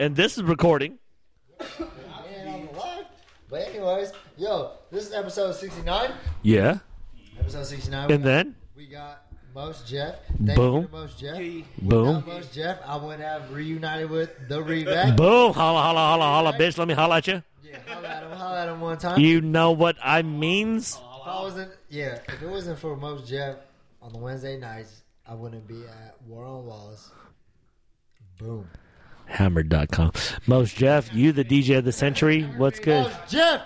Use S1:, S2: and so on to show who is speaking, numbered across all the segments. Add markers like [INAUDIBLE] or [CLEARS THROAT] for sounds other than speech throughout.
S1: And this is recording.
S2: And on the left. But anyways, yo, this is episode 69.
S1: Yeah.
S2: Episode 69. we
S1: And
S2: got-
S1: then,
S2: we got Most Jeff. Thank
S1: Boom.
S2: you to Most Jeff.
S1: boom.
S2: Without Most Jeff, I would have reunited with the Revac.
S1: Boom. Holla, holla, holla, holla, bitch. Let me holla at you.
S2: yeah, holla at him, holla at him one time.
S1: You know what I means?
S2: If I wasn't, yeah, if it wasn't for Most Jeff on the Wednesday nights, I wouldn't be at War on Walls. Boom.
S1: Hammered.com. Most Jeff, you the DJ of the century. What's good?
S2: Most Jeff,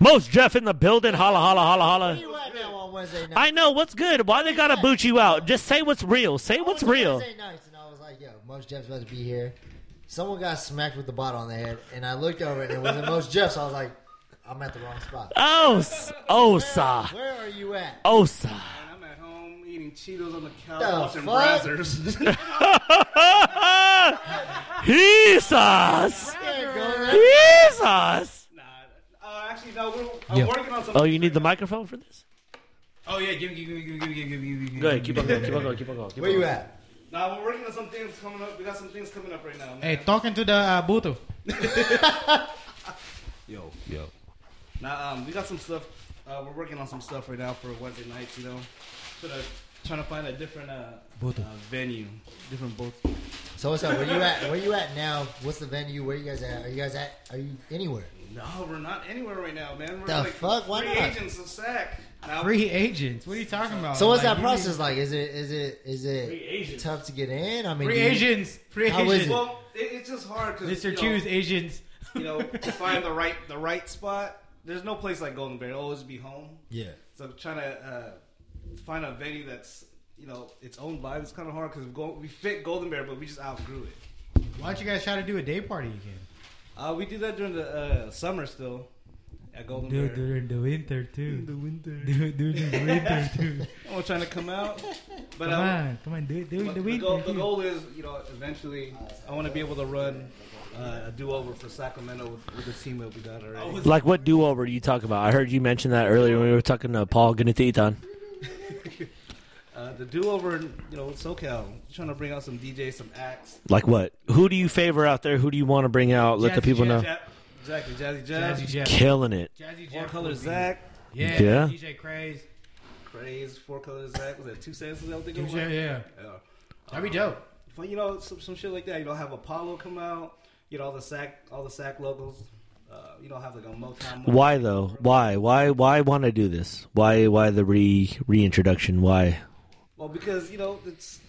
S1: Most Jeff in the building. Holla, holla, holla, holla.
S2: you right now on Wednesday night.
S1: I know what's good. Why they gotta boot you out? Just say what's real. Say what's
S2: I went to
S1: real.
S2: Wednesday nights, and I was like, "Yo, Most Jeff's about to be here." Someone got smacked with the bottle on the head, and I looked over, and it wasn't Most Jeff. So I was like, "I'm at the wrong spot."
S1: Oh, s- osa,
S2: Where are you at?
S1: Oh, osa.
S3: I'm at home eating Cheetos on the couch
S2: The
S3: watching
S2: fuck? [LAUGHS]
S3: Brazzers.
S1: [LAUGHS]
S3: [LAUGHS]
S1: Jesus,
S2: Can't go there.
S1: Jesus.
S3: nah, uh, actually, no, we're, I'm working on something.
S1: Oh, you need the microphone for this?
S3: Oh, yeah, give me, give me, give me, give me, give me, give me, give me.
S1: Go ahead. Keep on going. Keep on going. Keep on going. Keep
S2: Where
S1: on
S2: you
S1: going.
S2: at?
S3: Nah, we're working on some things coming up. We got some things coming up right now.
S4: Hey, talking to the uh, Buto.
S3: Yo, yo. Now, um, we got some stuff. Uh, we're working on some stuff right now for Wednesday nights. You know, sort of trying to find a different uh, uh venue, different boat.
S2: So what's up? Where you at? Where you at now? What's the venue? Where you guys at? Are you guys at? Are you anywhere?
S3: No, we're not anywhere right now, man. We're
S2: The
S3: like
S2: fuck? Why
S3: free
S2: not?
S3: agents of SAC. Now,
S4: Free agents. What are you talking about?
S2: So what's
S4: Like,
S2: that
S4: you need-
S2: process like? Is it is it is it
S1: agents.
S2: tough to get in? I mean,
S4: Free
S2: do you-
S4: agents. Free
S2: How is
S4: agents.
S2: it?
S3: Well, it, it's just hard because
S4: Mr. Choose agents.
S3: you
S4: [LAUGHS]
S3: know, to find the right the right spot. There's no place like Golden Bear. It'll always be home.
S2: Yeah.
S3: So trying to uh, find a venue that's you know its own vibe is kind of hard because we fit Golden Bear, but we just outgrew it.
S4: Why don't you guys try to do a day party again?
S3: Uh, we do that during the uh, summer still at Golden Bear.
S4: the winter too. [LAUGHS]
S3: winter.
S4: Do during the winter
S3: [LAUGHS]
S4: too.
S3: I'm trying to come
S4: [LAUGHS]
S3: out, but
S4: Come
S3: um,
S4: on, come on, do
S3: but
S4: it during the
S3: the, goal,
S4: winter
S3: the
S4: too.
S3: goal is you know eventually I want to be able to run uh, a do over for Sacramento with, with the team that we got already.
S1: Like what do over do you talk about? I heard you mention that earlier when we were talking to Paul Ganatitan.
S3: Uh, the do over, you know, SoCal, trying to bring out some DJs, some acts.
S1: Like what? Who do you favor out there? Who do you want to bring out? Let the
S4: Jazzy
S1: people know.
S4: Jeff.
S3: Ja- Exactly, Jazzy Jazz,
S4: Jazzy Jeff.
S1: Killing it.
S4: Jazzy
S3: Four
S4: Jeff.
S3: Color
S4: would be-
S3: Zach,
S4: Yeah.
S1: Yeah.
S4: DJ Craze.
S3: Craze, Four Color Zach. Was that two cents? Is that what they go
S4: Yeah,
S3: by?
S4: yeah.
S3: Yeah.
S4: That'd be dope.
S3: But you know, some, some shit like that. You know, have Apollo come out. You know, all the sack, all the sack locals. Uh, you know, have like a Motown.
S1: Why though? Why? Why? Why want to do this? Why? Why the re reintroduction? Why?
S3: Well, because you know, it's.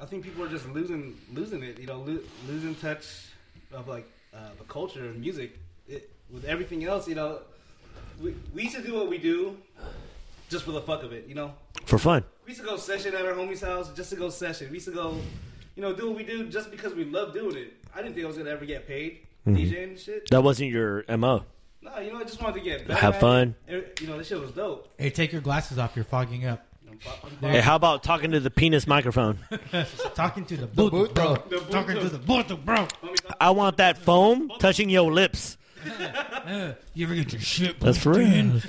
S3: I think people are just losing losing it. You know, lo- losing touch of like uh, the culture and music it, with everything else. You know, we we used to do what we do just for the fuck of it. You know,
S1: For fun.
S3: we used to go session at our homie's house just to go session. We used to go, you know, do what we do just because we love doing it. I didn't think I was gonna ever get paid
S1: Mm-hmm.
S3: DJing and shit.
S1: That wasn't your mo.
S3: No, you know, I just wanted to get better
S1: Have
S3: at
S1: fun.
S3: it. You know, this shit was dope.
S4: Hey, take your glasses off. You're fogging up.
S3: I'm pop- I'm
S1: Hey,
S3: pop-
S1: how about talking to the penis microphone?
S4: Talking to the Buto,
S2: Buto.
S4: bro.
S3: The Buto.
S4: Talking to the Buto, bro.
S1: I want that foam touching your lips.
S4: Uh, you ever get your shit?
S1: That's for real. [LAUGHS]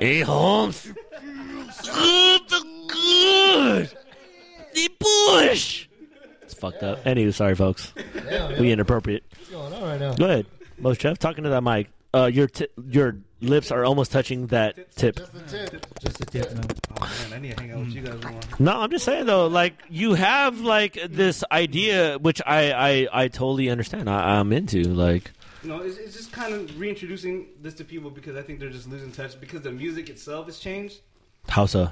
S1: hey, Holmes. good. The bush. It's fucked up. Anyway, sorry, folks.
S2: Damn, yo,
S1: We inappropriate.
S2: what's going on right now?
S1: Go ahead, Most Jeff. Talking to that mic. Uh, your t- your lips are almost touching that tip.
S2: Just the tip.
S4: Just a tip, man.
S3: Oh, man, I need to hang out with you guys more.
S1: No, I'm just saying though, like you have like this idea, which I I, I totally understand. I, I'm into like
S3: You know, it's, it's just kind of reintroducing this to people because I think they're just losing touch because the music itself has changed.
S1: how so?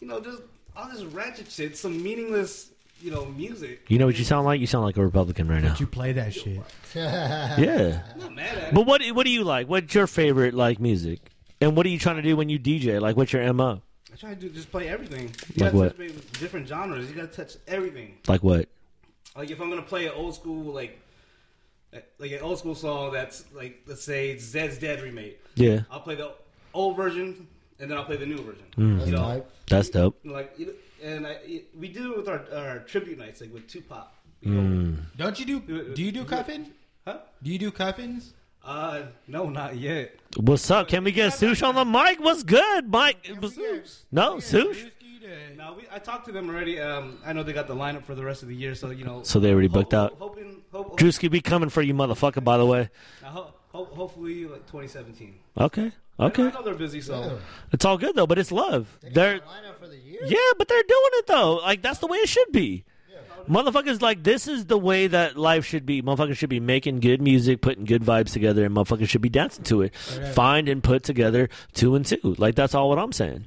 S3: You know, just all this ratchet shit, some meaningless, you know, music.
S1: You know what you sound like? You sound like a Republican right now.
S4: You play that shit.
S1: Yeah.
S3: I'm not mad at it.
S1: But what what do you like? What's your favorite like music? And what are you trying to do when you DJ? Like, what's your mo?
S3: I try to do, just play everything. You
S1: Like
S3: gotta
S1: what?
S3: touch maybe different genres. You gotta touch everything.
S1: Like what?
S3: Like if I'm gonna play an old school, like eh, like an old school song that's like let's say Zed's Dead remake.
S1: Yeah,
S3: I'll play the old version and then I'll play the new version.
S2: That's
S1: Mm.
S3: You know,
S2: tight.
S1: that's dope.
S3: like you know, and I, it- we do it with our, our tribute nights,
S1: Mm.
S3: like with Tupac. You know,
S4: Don't you do? Do you do cuffing?
S3: Huh?
S4: Do you do cuffins?
S3: Uh, no, not yet.
S1: What's up? Can we get Sush on the mic? What's good, Mike? Was- no, Sush.
S3: No, we, I talked to them already. Um, I know they got the lineup for the rest of the year, so you know.
S1: So they already booked out.
S3: Hoping, hope,
S1: Drewski, we coming for you, motherfucker. By the way,
S3: I ho- ho- hopefully, like 2017.
S1: okay,
S3: I
S1: okay,
S3: know they're busy, so
S1: it's all good though. But it's love. They're
S2: lineup for the year.
S1: yeah, but they're doing it though. Like that's the way it should be. Motherfuckers, like this is the way that life should be. Motherfuckers should be making good music, putting good vibes together, and motherfuckers should be dancing to it. Find and put together two and two. Like that's all what I'm saying.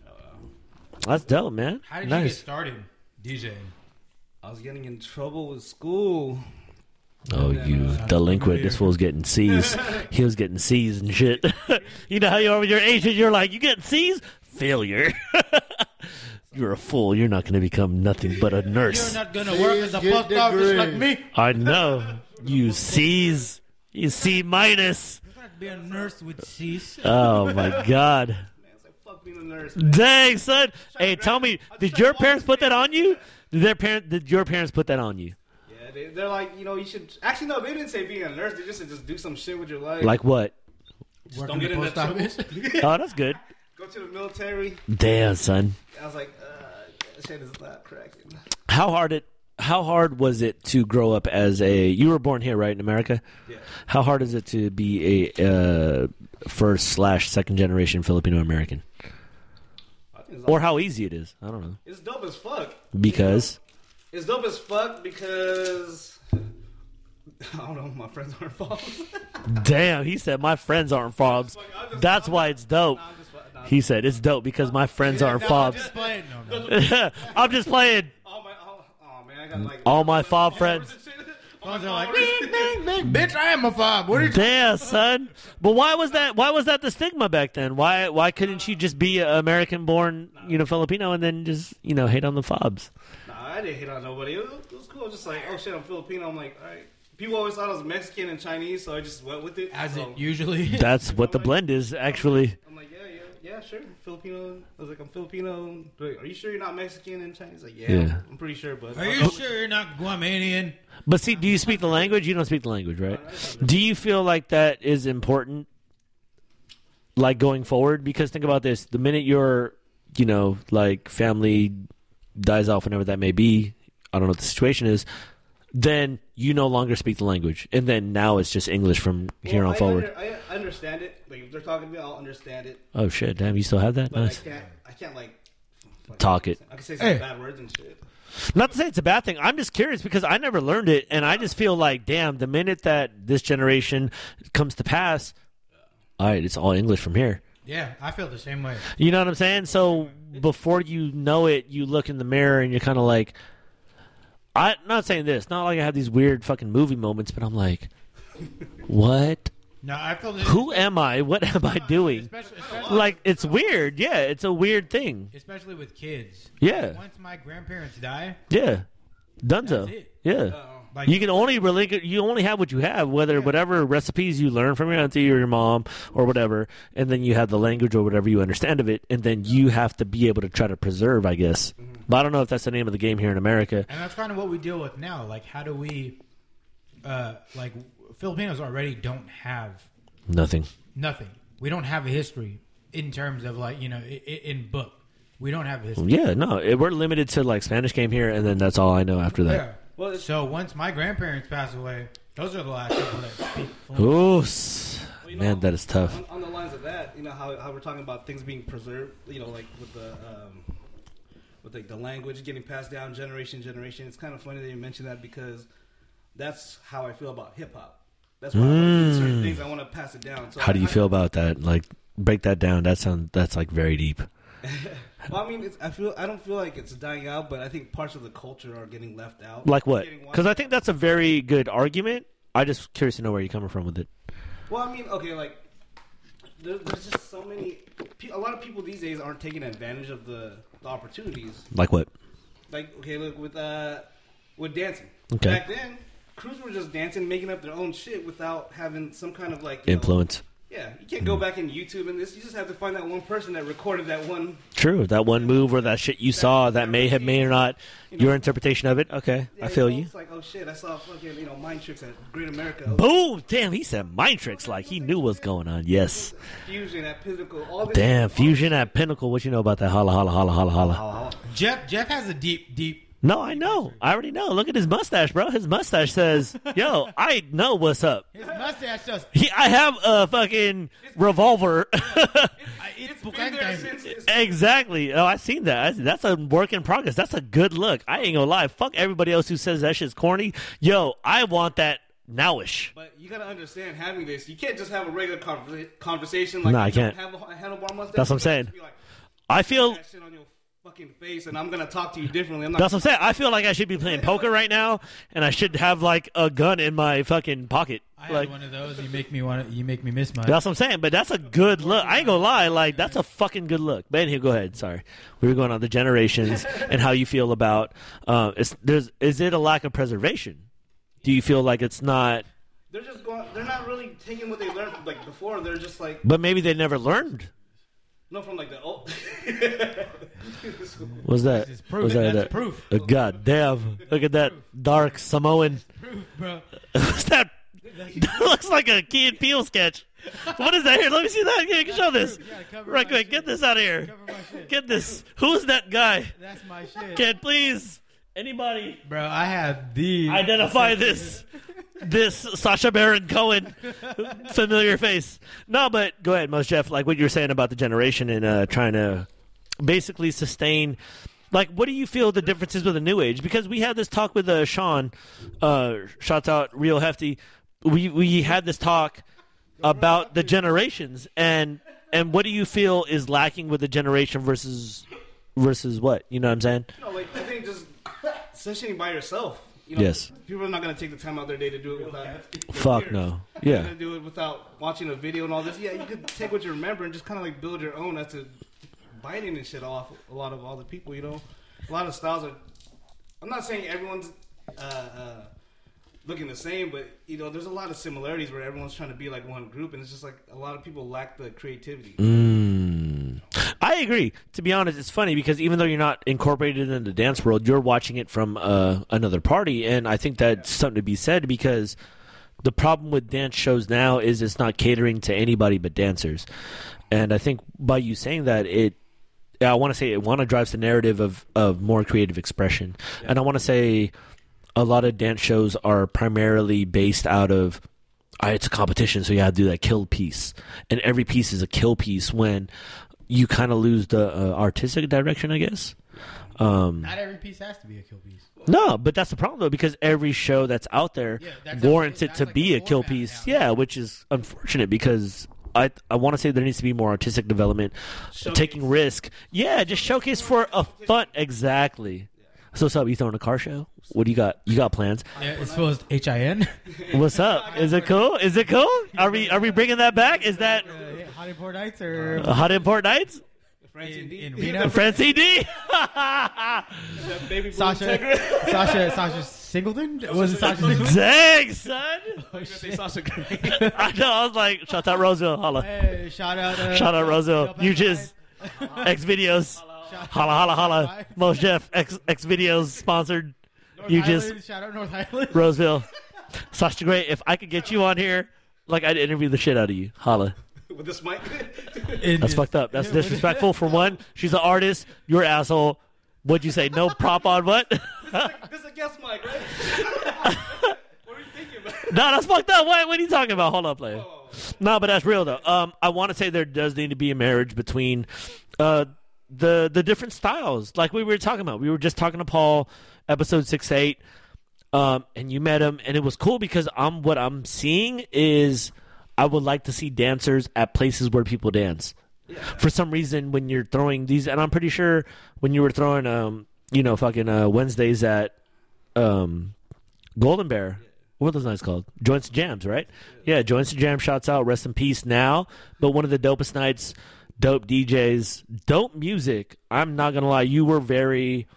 S1: That's dope, man.
S4: How did you get
S1: nice.
S4: started DJing?
S3: I was getting in trouble with school.
S1: Oh, you
S4: uh,
S1: delinquent! This fool's getting
S4: [LAUGHS]
S1: C's. He was getting C's and shit. [LAUGHS] you know how you are with your agent. You're like, you getting C's? Failure. [LAUGHS] you're a fool. You're not going to become nothing but a
S4: You're
S1: nurse.
S4: not gonna work as a
S2: Get
S4: post office
S2: degree.
S4: like me.
S1: I know. You C's. You C minus.
S4: You're gonna be a nurse with C's.
S1: Oh my god.
S3: Man, it's like fuck being a nurse.
S1: Dang son. Hey, tell me, did your parents put that on you? Did their parent? Did your parents put that on you?
S3: Yeah, they, they're like, you know, you should. Actually, no, they didn't say being a nurse. They just said just do some shit with your life.
S1: Like what?
S3: just
S4: Work
S3: don't
S4: in
S3: get
S4: the
S3: in that
S4: post
S3: trouble.
S4: [LAUGHS] office.
S1: Oh, that's good.
S3: Go to the military.
S1: Damn, son.
S3: I was like, uh, that shit is not cracking.
S1: How hard it? How hard was it to grow up as a? You were born here, right, in America.
S3: Yeah.
S1: How hard is it to be a uh, first slash second generation Filipino American,
S3: I think it's,
S1: or how easy it is? I don't know.
S3: it's dope as fuck.
S1: Because
S3: It's dope as fuck because [LAUGHS] I don't know. My friends aren't [LAUGHS] following.
S1: damn, he said my friends aren't fobs. That's why it's dope.
S3: I'm just, nah,
S1: He said it's dope because my friends aren't fobs.
S4: Just playing. No, [LAUGHS] no.
S1: [LAUGHS] I'm just playing.
S3: all my, all, oh man, I got like
S1: All my fob friends.
S3: [LAUGHS] All my
S4: They're like,
S3: followers.
S4: [LAUGHS] "Bing, bing, bing." bitch, I am a fob. What are you?
S1: Damn, son. But why was that? Why was that the stigma back then? Why? Why couldn't you just be an American-born, you know, Filipino, and then just you know hate on the fobs?
S3: Nah, I didn't hit on nobody. It was, it was cool. I was just like, oh shit, I'm Filipino. I'm like, all right. People always thought I was Mexican and Chinese, so I just went with it.
S4: [LAUGHS] As
S3: so,
S4: it usually.
S1: That's what the blend is, actually.
S3: I'm like, yeah, yeah, yeah, sure, Filipino. I was like, I'm Filipino. Wait, are you sure you're not Mexican and Chinese? Like, yeah,
S1: Yeah.
S3: I'm pretty sure, but
S4: Are you sure you're not Guamanian?
S1: But see, do you speak the language? You don't speak the language, right? Do you feel like that is important, like going forward? Because think about this: the minute your, you know, like family dies off, whenever that may be, I don't know what the situation is. Then you no longer speak the language, and then now it's just English from here
S3: Well,
S1: on
S3: I
S1: forward.
S3: under- I understand it. Like, if they're talking to me, I'll understand it.
S1: oh shit! Damn, you still have that?
S3: But
S1: Nice.
S3: I can't. I can't like fucking-
S1: Talk it.
S3: I can say some
S4: Hey.
S3: bad words and shit.
S1: Not to say it's a bad thing. I'm just curious because I never learned it, and I just feel like, damn, the minute that this generation comes to pass, all right, it's all English from here.
S4: Yeah, I feel the same way.
S1: You know what I'm saying? So before you know it, you look in the mirror and you're kind of like, I'm not saying this. Not like I have these weird fucking movie moments, but I'm like, what?
S4: No, I feel the
S1: Who am I? What am I doing?
S4: Especially, especially,
S1: Like it's weird. Yeah, it's a weird thing.
S4: especially with kids.
S1: Yeah,
S4: Once my grandparents die,
S1: yeah.
S4: That's
S1: Dunzo.
S4: it.
S1: Yeah.
S4: like
S1: You can only relinqu- you only have what you have, whether whatever recipes you learn from your auntie or your mom or whatever, and then you have the language or whatever you understand of it, and then you have to be able to try to preserve, I guess.
S3: Mm-hmm.
S1: But I don't know if that's the name of the game here in America.
S4: and that's kind of what we deal with now. Like, how do we, uh, like Filipinos already don't have
S1: Nothing.
S4: nothing. We don't have a history in terms of like you know i- i- in book. We don't have a history.
S1: Yeah, no, it, we're limited to like Spanish game here, and then that's all I know after that.
S4: Yeah.
S3: Well, it's-
S4: So once my grandparents pass away, those are the last people that speak. fluent-
S1: Ooh, s-
S3: you know,
S1: man, that is tough.
S3: On, on the lines of that, you know how, how we're talking about things being preserved. You know, like with the um, with like the language getting passed down generation to generation. It's kind of funny that you mentioned that because that's how I feel about hip hop. That's why I wanna do certain things I want to pass it down. So
S1: Mm. How do you
S3: I-
S1: feel about that? Like, break that down. That sound that's like very deep.
S3: Well, I mean, it's, I feel I don't feel like it's dying out, but I think parts of the culture are getting left out.
S1: Like what?
S3: Getting washed
S1: Because I think that's a very good argument. I just curious to know where you're coming from with it.
S3: Well, I mean, okay, like there, there's just so many. pe- A lot of people these days aren't taking advantage of the, the opportunities.
S1: Like what?
S3: Like, okay, look with uh with dancing.
S1: Okay.
S3: Back then, crews were just dancing, making up their own shit without having some kind of like you know,
S1: Influence. Mm-hmm.
S3: Yeah, you can't go back in YouTube and this. You just have to find that one person that recorded that one.
S1: True. That one move or that shit you saw that may have may or not your interpretation of it. Okay,
S3: Yeah,
S1: I feel
S3: know,
S1: you.
S3: It's like, oh shit, I saw fucking you know mind tricks at Great America. Oh,
S1: Boom! Damn, he said mind tricks like he knew what's going on. Yes.
S3: Fusion at Physical. All this
S1: Damn, fusion at Pinnacle. What you know about that? Holla, holla, holla, holla, holla.
S4: Jeff Jeff has a deep deep.
S1: No, I know. I already know. Look at his mustache, bro. His mustache says,
S3: [LAUGHS]
S1: "Yo, I know what's up."
S4: His mustache does.
S1: He, I have a fucking revolver.
S4: I- It's
S3: Been
S4: bukang
S3: there
S4: time.
S3: since [LAUGHS] it's-
S1: [LAUGHS] exactly. Oh, I seen that. I- That's a work in progress. That's a good look. I ain't gonna lie. Fuck everybody else who says that shit's corny. Yo, I want that nowish.
S3: But you gotta understand having this. You can't just have a regular conversa- conversation like
S1: No, I
S3: you don't
S1: can't.
S3: Have a, a handlebar mustache.
S1: That's what I'm
S3: You gotta
S1: saying.
S3: just be like,
S1: I feel.
S3: that shit on your fucking face, and I'm gonna talk to you differently. I'm not.
S1: That's what I'm saying. I feel like I should be playing poker right now, and I should have like a gun in my fucking pocket.
S4: I had
S1: Like
S4: one of those. You make me want. You make me miss my.
S1: that's what I'm saying. But that's a good look. I ain't gonna lie. Like that's a fucking good look. But anyway, go ahead. Sorry, we were going on the
S4: [LAUGHS]
S1: generations and how you feel about. Uh, it's, there's is it a lack of preservation? Do you feel like it's not?
S3: They're just going. They're not really taking what they learned from, like before. They're just like
S1: But maybe they never learned.
S3: no from like the old. [LAUGHS]
S1: Was that?
S4: This is proof.
S1: Was that
S4: That's
S1: that?
S4: proof.
S1: Uh, God damn! Look at that dark Samoan.
S4: Proof, bro.
S1: [LAUGHS] What's that? That looks like a Key and Peele sketch. What is that here? Let me see that. Here, show this.
S4: Yeah, cover
S1: Right
S4: my
S1: quick,
S4: shit.
S1: get this out of here.
S4: Cover my shit.
S1: Get this. Who's that guy?
S4: That's my shit,
S1: Can please anybody
S4: bro. I had the.
S1: identify this this Sasha Baron Cohen familiar face? No, but go ahead, most Jeff. Like what you were saying about the generation and uh, trying to basically sustain. Like, what do you feel the differences with the new age? Because we had this talk with uh, Sean. Uh, shouts out, real hefty. We we had this talk about the generations and and what do you feel is lacking with the generation versus versus what you know what I'm saying?
S3: No, like I think just sessioning by yourself. You know,
S1: Yes.
S3: People are not gonna take the time out of their day to do it without. their
S1: Fuck
S3: peers.
S1: no.
S3: They're
S1: Yeah.
S3: gonna do it without watching a video and all this. Yeah, you could take what you remember and just kind of like build your own. That's a biting and shit off a lot of all the people. You know, a lot of styles are. I'm not saying everyone's uh, uh, looking the same, but you know, there's a lot of similarities where everyone's trying to be like one group, and it's just like a lot of people lack the creativity.
S1: Mm. I agree. To be honest, it's funny because even though you're not incorporated in the dance world, you're watching it from uh, another party, and I think that's something to be said because the problem with dance shows now is it's not catering to anybody but dancers, and I think by you saying that it. I want to say it want to drives the narrative of, of more creative expression, and I want to say a lot of dance shows are primarily based out of "Ah, it's a competition, so you have to do that kill piece, and every piece is a kill piece when you kind of lose the uh, artistic direction, I guess. Um,
S4: Not every piece has to be a kill piece.
S1: no, but that's the problem though, because every show that's out there
S4: Yeah, that's-
S1: warrants it
S4: that's
S1: to
S4: like
S1: be
S4: the
S1: a kill
S4: format
S1: piece.
S4: now.
S1: Yeah, which is unfortunate because I I want to say there needs to be more artistic development, taking risk. Yeah, just showcase for a fun. Exactly. So, what's up? You throwing a car show? What do you got? You got plans?
S4: Yeah, it's supposed H I N.
S1: What's up? Is it cool? Is it cool? Are we are we bringing that back? Is that
S4: Hot import nights or
S1: hot import nights?
S3: Francine
S4: in,
S3: D. [LAUGHS]
S4: in Reno.
S1: Francie D. [LAUGHS]
S3: That baby blue
S4: [LAUGHS] Sasha,
S3: Integra.
S4: Sasha, Sasha Singleton. Was it Sasha Singleton?
S1: Dang, son.
S4: Oh,
S3: I was
S4: shit.
S3: gonna
S4: [LAUGHS]
S3: say Sasha Grey.
S1: I know. I was like, shout out Roseville. Holla.
S4: Hey, shout out. Uh,
S1: Shout out Roseville.
S4: Del
S1: You
S4: Peconites.
S1: just Uh-huh. X videos.
S4: Shout-
S1: Holla, holla, holla.
S4: Bye.
S1: Most Jeff X X videos sponsored.
S4: North
S1: You just
S4: Island, shout out North Island.
S1: Roseville. Sasha Gray. If I could get you on here, like I'd interview the shit out of you. Holla.
S3: [LAUGHS] with this mic. [LAUGHS]
S1: That's fucked up. That's disrespectful. For one, she's an artist. You're an asshole. What'd you say? No prop on what? no,
S3: this is a guest mic, right? [LAUGHS] what are you thinking about?
S1: that's fucked up. What, what are you talking about? Hold up, player.
S3: Oh,
S1: No, but that's real though. Um, I want to say there does need to be a marriage between, uh, the the different styles. Like we were talking about, we were just talking to Paul, episode six eight, um, and you met him, and it was cool because I'm what I'm seeing is I would like to see dancers at places where people dance. For some reason, when you're throwing these, and I'm pretty sure when you were throwing, um, you know, fucking uh, Wednesdays at, um, Golden Bear. What are those nights called? Joints and Jams, right? Yeah. Joints and Jam shouts out. Rest in peace now. But one of the dopest nights, dope DJs, dope music. I'm not gonna lie, you were very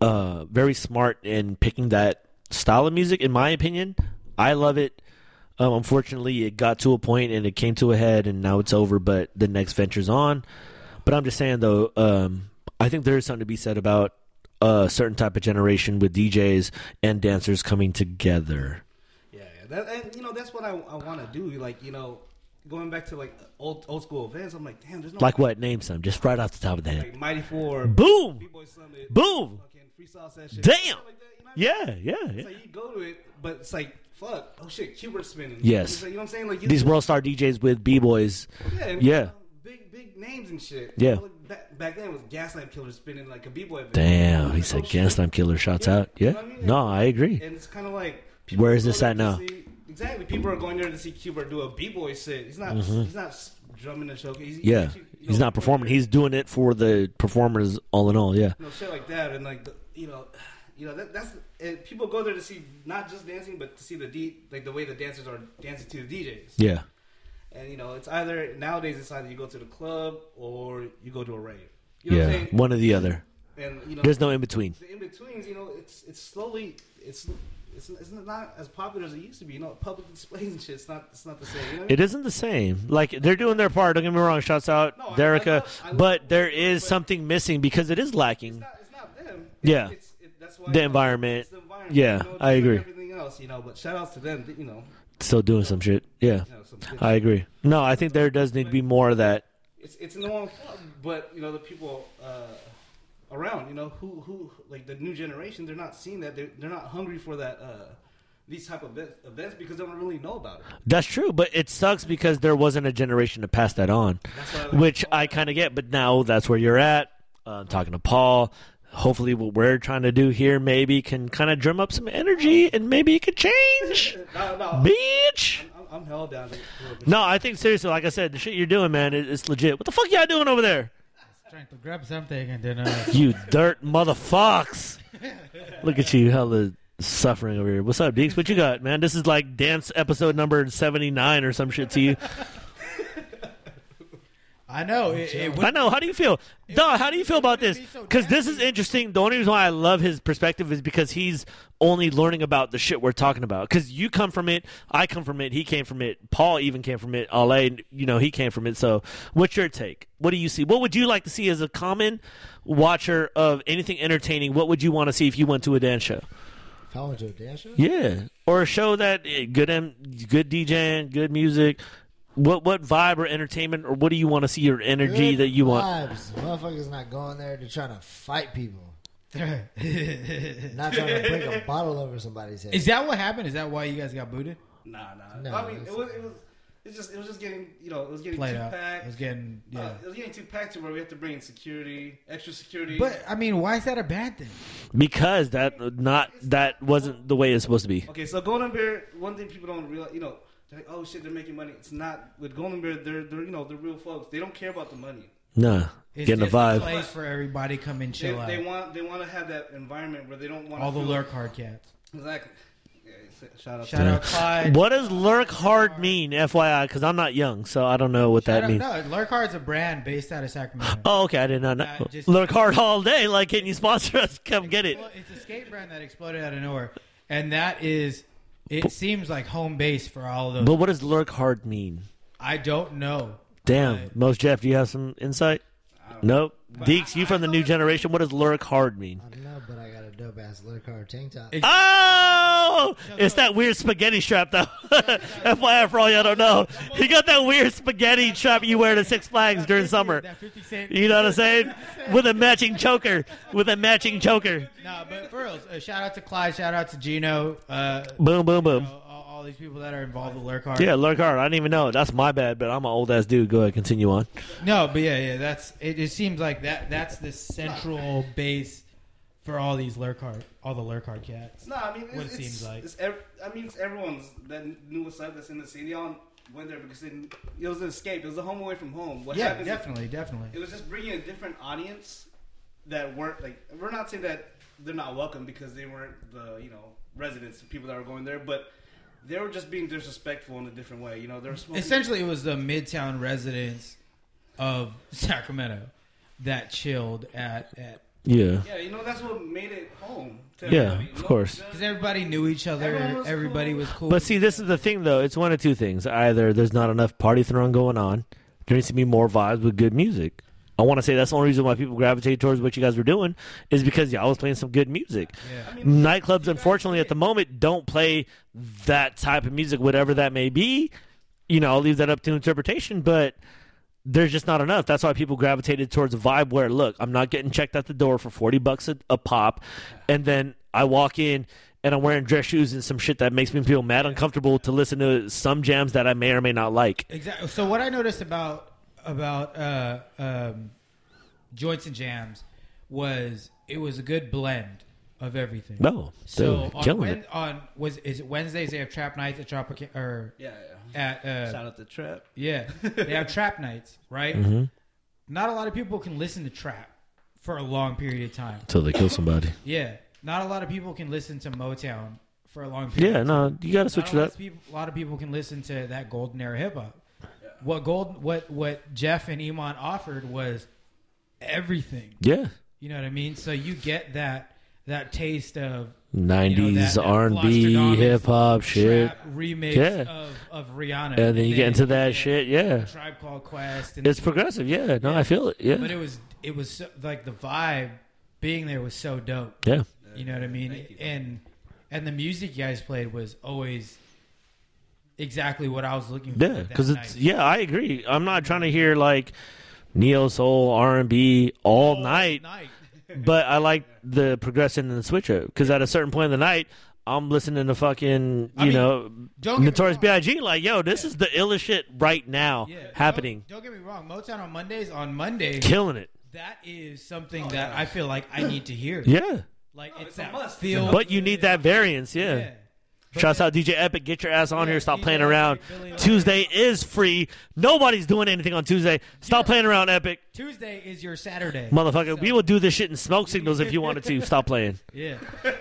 S1: uh very smart in picking that style of music, in my opinion. I love it. Um, unfortunately, it got to a point and it came to a head, and now it's over. But the next venture's on. But I'm just saying though, um, I think there is something to be said about a certain type of generation with DJs and dancers coming together.
S3: Yeah, yeah. That, and you know that's what I, I want to do. Like you know, going back to like old old school events, I'm like, damn, there's no
S1: Like what? Name some, just right off the top of the head.
S3: like Mighty Four,
S1: Boom,
S3: B-Boy Summit,
S1: boom.
S3: fucking freestyle session,
S1: Damn.
S3: shit like that, you know what I mean?
S1: Yeah, yeah, yeah.
S3: It's like you go to it, but it's like fuck, oh shit, Cuba's spinning.
S1: Yes.
S3: It's like, you know what I'm saying? Like you,
S1: These world star DJs with b boys.
S3: yeah, and,
S1: yeah.
S3: you know, big big names and shit.
S1: Yeah.
S3: You know, like, back, back then it was Gaslamp Killer spinning like a b-boy. Event.
S1: Damn,
S3: Like,
S1: he said
S3: oh, shit.
S1: Gaslamp Killer shots
S3: Yeah,
S1: out.
S3: you
S1: Yeah,
S3: know what I mean?
S1: no, I agree.
S3: and it's kind of like
S1: Where is
S3: people
S1: this
S3: go
S1: at
S3: there
S1: now?
S3: to see- exactly, people are going there to see Cuba do a b boy shit. He's not he's not s- drumming and showcasing. He's
S1: Mm-hmm. Yeah,
S3: actually, you
S1: he's
S3: know,
S1: not performing. He's doing it for the performers. All in all, yeah.
S3: you know, shit like that, and like the, you know, you know that, that's and people go there to see not just dancing, but to see the D, like the way the dancers are dancing to the DJs.
S1: Yeah.
S3: And you know, it's either nowadays it's either you go to the club or you go to a rave. You know what
S1: Yeah.
S3: I'm saying?
S1: One or the other.
S3: And you know,
S1: There's no in between.
S3: the in betweens, you know, it's it's slowly it's. It's, it's not as popular as it used to be, you know. Public [LAUGHS] displays and shit. It's not. It's not the same. You know?
S1: It isn't the same. Like they're doing their part. Don't get me wrong. Shouts out,
S3: No, I-
S1: Derica.
S3: I love- I love-
S1: but there is something missing because it is lacking.
S3: It's not, it's not them.
S1: Yeah.
S3: It's, it, that's why
S1: The environment.
S3: It's the environment.
S1: Yeah,
S3: you know, just
S1: I
S3: like
S1: agree.
S3: Everything else, you know. But shout outs to them. You know.
S1: Still doing some shit. Yeah,
S3: You know some shit.
S1: I agree. No, I think there does need to be more of that.
S3: it's it's in the wrong club, but you know the people uh, around, you know, who who like the new generation, they're not seeing that. They're, they're not hungry for that. Uh, these type of event- events because they don't really know about it.
S1: That's true, but it sucks because there wasn't a generation to pass that on,
S3: That's why I like-
S1: which I kind of get. But now that's where you're at. Uh, I'm talking to Paul. Hopefully, what we're trying to do here maybe can kind of drum up some energy and maybe it could change,
S3: No, no, I'm,
S1: bitch.
S3: Uh, I'm held down. To, to-
S1: No, I think seriously, like I said, the shit you're doing, man, it, it's legit. What the fuck y'all doing over there?
S4: Trying to grab something and
S1: [LAUGHS]
S4: then uh,
S1: You dirt motherfucks. Look at you, hella suffering over here. What's up, Deeks? What you got, man? This is like dance episode number 79 or some shit to you.
S4: I know it, it would
S1: I know. How do you feel? No, how do you feel about this? Because this is interesting. The only reason why I love his perspective is because he's only learning about the shit we're talking about. Because you come from it, I come from it, he came from it, Paul even came from it, Ale, you know, he came from it. So, what's your take? What do you see? What would you like to see as a common watcher of anything entertaining? What would you want to see if you went to a dance show?
S2: If I went to a dance show,
S1: Yeah, or a show that eh, good, em- good DJing, good music. What what vibe or entertainment or what do you want to see your energy
S2: Good
S1: that you want?
S2: Vibes. Motherfuckers not going there to trying to fight people. Not trying to break
S1: [LAUGHS]
S2: a bottle over somebody's head.
S4: [LAUGHS] Is that what happened? Is that why you guys got booted?
S3: nah, nah.
S2: No,
S3: I mean,
S2: it's-
S3: it was, it was, it's just, it was just getting, you know, it was getting
S4: Played
S3: too
S4: out. It
S3: packed.
S4: was getting yeah.
S3: Uh, it was getting too packed to where we have to bring in security, extra security.
S4: but I mean, why is that a bad thing?
S1: because that not that wasn't the way it's supposed to be.
S3: Okay, so Golden Bear, one thing people don't realize, you know, they're like, oh shit, they're making money. It's not with Golden Bear. They're, they're, you know, they're real folks. They don't care about the money.
S1: No,
S4: It's
S1: getting the
S4: just a
S1: vibe.
S4: place for everybody come and
S3: They,
S4: chill out.
S3: they want, they want to have that environment where they don't want
S4: All the lurk hard cats.
S3: Exactly. Yeah, it's- shout out.
S4: Shout out Clyde.
S1: What does lurk hard mean, FYI? Because I'm not young, so I don't know what that
S4: Shout out-
S1: means.
S4: No, lurk hard's a brand based out of Sacramento.
S1: Oh, okay, I did not know.
S4: Uh, just-
S1: lurk hard all day. Like, can you sponsor us? [LAUGHS] Come get it.
S4: Well, it's a skate brand that exploded out of nowhere, and that is. It seems like home base for all of those.
S1: But what does lurk hard mean?
S4: I don't know.
S1: Damn, most Jeff, do you have some insight? Nope. Deeks, you from the new generation. What does lurk hard mean?
S2: I don't know, but I got a dope ass little car tank top.
S4: It-
S1: Oh, it's that weird spaghetti strap though. [LAUGHS] FYI for all y'all don't know, he got that weird spaghetti strap you wear to Six Flags during summer.
S4: That 50 cent.
S1: You know what I'm saying? With a matching choker, with a matching choker.
S4: Nah, but for reals, uh, shout out to Clyde, shout out to Gino, uh,
S1: Boom, boom, boom.
S4: all, all these people that are involved with Lurk Hard.
S1: Yeah, lurk hard. I didn't even know. That's my bad, but I'm an old ass dude. Go ahead, continue on.
S4: No, but yeah, yeah, that's it. It seems like that that's the central base for all these lurk hard, all the lurk hard cats.
S3: No, I mean, it's,
S4: What it
S3: it's-
S4: seems like.
S3: It's ev- I mean, it's everyone's that newest side that's in the city. Y'all went there because it, it was an escape. It was a home away from home. What
S4: yeah,
S3: happens is-
S4: definitely,
S3: It
S4: definitely.
S3: was just bringing a different audience that weren't like we're not saying that they're not welcome because they weren't the you know residents, the people that were going there, but they were just being disrespectful in a different way. You know, they were smoking.
S4: Essentially, it was the [LAUGHS] midtown residents of Sacramento that chilled at at
S1: Yeah.
S3: Yeah, you know that's what made it home. to
S1: Yeah,
S3: everybody, you
S1: of
S3: know?
S1: course.
S4: Because everybody knew each other.
S3: Everyone was
S4: everybody
S3: cool.
S4: was cool.
S1: But see, this is the thing, though. It's one of two things. Either there's not enough party throwing going on, there needs to be more vibes with good music. I want to say that's the only reason why people gravitate towards what you guys were doing is because y'all was playing some good music.
S4: Yeah.
S1: Nightclubs, unfortunately, at the moment, don't play that type of music, whatever that may be. You know, I'll leave that up to interpretation, but there's just not enough. That's why people gravitated towards a vibe where, look, I'm not getting checked at the door for 40 bucks a, a pop. And then I walk in and I'm wearing dress shoes and some shit that makes me feel mad uncomfortable to listen to some jams that I may or may not like.
S4: Exactly. So what I noticed about about uh, um, joints and jams was it was a good blend of everything.
S1: No.
S4: So uh,
S1: So,
S4: on,
S1: killing
S4: Wen-
S1: it.
S4: on was is it Wednesdays they have trap nights at Tropic or
S3: Yeah, yeah.
S4: at uh,
S3: Shout out to Trap.
S4: yeah they have trap nights right.
S1: Mm-hmm.
S4: Not a lot of people can listen to trap for a long period of time.
S1: Until they kill somebody.
S4: Yeah, not a lot of people can listen to Motown for a long period.
S1: Yeah,
S4: of
S1: no,
S4: time.
S1: you got to switch
S4: Not
S1: it
S4: a lot
S1: up.
S4: of people- a lot of people can listen to that golden era hip hop. What gold? What what Jeff and Iman offered was everything.
S1: Yeah.
S4: You know what I mean? So you get that that taste of
S1: 90s
S4: you know, that- that
S1: R&B,
S4: Flostradamus
S1: hip hop shit.
S4: trap remix
S1: Yeah.
S4: of, of Rihanna,
S1: And then you get into that
S4: yeah,
S1: shit. Yeah.
S4: Tribe Called Quest. And,
S1: It's progressive. Yeah. No, I feel it.
S4: but it
S1: Yeah.
S4: was it was so, like the vibe being there was so dope.
S1: Yeah.
S4: You know what I mean?
S3: Thank you.
S4: And and the music you guys played was always exactly what I was looking for.
S1: Yeah,
S4: that
S1: because it's
S4: night.
S1: yeah, I agree. I'm not trying to hear like neo soul R and B
S4: Oh,
S1: all night, but I like the progression and the switch up. Because at a certain point in the night, I'm listening to fucking you
S4: mean,
S1: know
S4: don't get me
S1: Notorious
S4: wrong.
S1: B.I.G. Like, yo, this is the illest shit right now [LAUGHS]
S4: [LAUGHS] Yeah,
S1: happening,
S4: Don't, don't get me wrong, Motown on Mondays. On Monday,
S1: killing it.
S4: that is something that I feel like I need to hear.
S1: Yeah,
S4: like
S3: Oh, No, it's
S4: it's,
S3: a
S4: that
S3: must.
S4: feel.
S1: but you need that variance. Yeah.
S4: yeah. But
S1: Shouts
S4: then-
S1: out DJ Epic. Get your ass on
S4: Yeah,
S1: here. Stop
S4: DJ
S1: playing
S4: Epic,
S1: around.
S4: Billy Lane.
S1: Tuesday is free. Nobody's doing anything on Tuesday. Stop playing around, Epic.
S4: Tuesday is your Saturday,
S1: Motherfucker, we will do this shit in smoke signals if you wanted to. Stop playing.
S4: Yeah,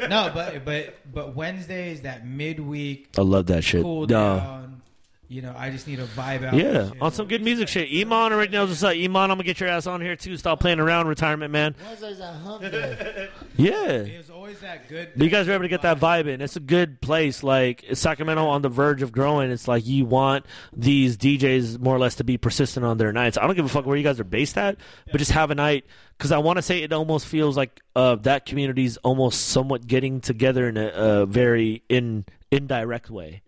S4: no, but but but Wednesday is that midweek
S1: I love that shit.
S4: cool
S1: Nah.
S4: down. You know, I just need a vibe out.
S1: Yeah,
S4: shit.
S1: on some good music shit. Iman already knows what's up. Iman, I'm gonna get your ass on here too. Stop playing around, retirement man.
S2: Wednesday's a hump day.
S1: Yeah,
S4: It was always that good.
S1: you guys are able to get that vibe in. It's a good place. Like Sacramento on the verge of growing. It's like you want these DJs more or less to be persistent on their nights. I don't give a fuck where you guys are based at, but just have a night because I want to say it almost feels like uh, that community's almost somewhat getting together in a, a very in indirect way.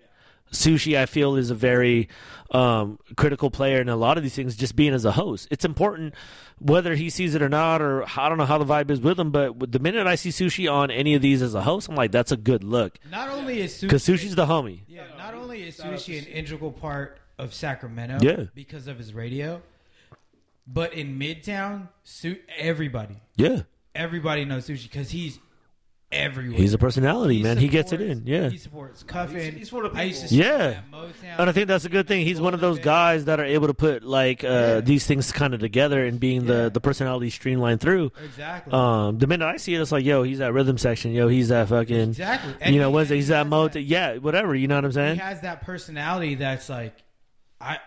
S1: Sushi, I feel, is a very um, critical player in a lot of these things, just being as a host. It's important whether he sees it or not, or I don't know how the vibe is with him, but with- the minute I see Sushi on any of these as a host, I'm like, that's a good look.
S4: Not only is
S1: Because
S4: sushi,
S1: Sushi's the homie.
S4: yeah, not only is sushi an integral part of Sacramento,
S1: Yeah.
S4: because of his radio, but in Midtown, su- everybody,
S1: Yeah.
S4: everybody knows sushi because he's everywhere.
S1: He's a personality,
S4: He
S1: man. He gets it
S4: supports-
S1: in. Yeah.
S4: he supports cuffing.
S3: He's- he's for the
S4: I used to
S3: people.
S4: see
S1: Yeah.
S4: him at Motown.
S1: And I think that's a good thing. He's one of those guys that are able to put like uh, these things kind of together and being the, the personality streamlined through.
S4: exactly.
S1: Um, the minute I see it, it's like, yo, he's that rhythm section. Yo, he's that fucking.
S4: Exactly.
S1: you know,
S4: he-
S1: Wednesday, he's
S4: he
S1: that
S4: has
S1: mode. Yeah, whatever. You know what I'm
S4: He
S1: saying?
S4: has that personality that's like, I,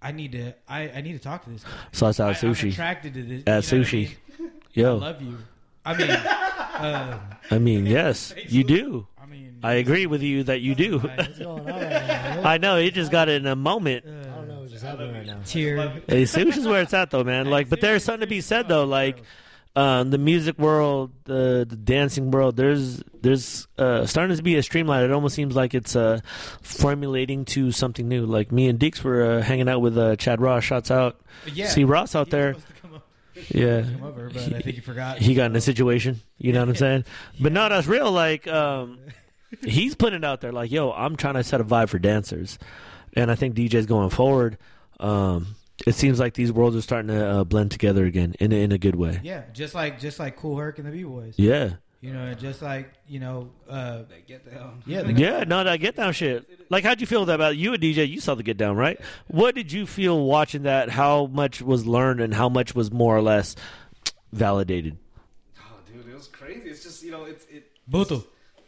S4: I need to, I, I need to talk to this guy.
S1: Sauce
S4: I,
S1: out
S4: I'm
S1: sushi.
S4: attracted to this.
S1: At
S4: you know what I
S1: sushi.
S4: mean? I
S1: Yo,
S4: love you. I mean, uh,
S1: I
S4: [LAUGHS]
S1: mean, yes, you do.
S4: I mean,
S1: I agree with you that you do. [LAUGHS]
S4: I-
S2: What's going on right now?
S1: I know, you just got it in a moment.
S2: I don't know what's just happening right now.
S4: tear.
S1: Hey, sushi's where it's at, though, man. Like, but there's something to be said, though. Like, um, the music world, the, the dancing world. There's there's uh, starting to be a streamline. It almost seems like it's uh, formulating to something new. Like me and Deeks were uh, hanging out with uh, Chad Ross. Shots out,
S4: Yeah,
S1: see Ross out
S4: He was
S1: there.
S4: supposed to come up-
S1: Yeah,
S4: come over, but I think you forgot.
S1: he got in a situation. You [LAUGHS] know what I'm saying? But no, that's real. Like, um, he's putting it out there, like, yo, I'm trying to set a vibe for dancers, and I think DJs going forward, um, it seems like these worlds are starting to uh, blend together again in a- in a good way.
S4: Yeah, just like just like Cool Herc and the B Boys.
S1: Yeah,
S4: You know, and just like you know, uh,
S3: Like, get down.
S4: yeah, the
S1: yeah. No, that get down shit. Like, how'd you feel that about you a DJ? You saw the get down, right? What did you feel watching that? How much was learned and how much was more or less validated?
S3: Oh, dude, it was crazy. It's just you know, it's it.
S4: Buto.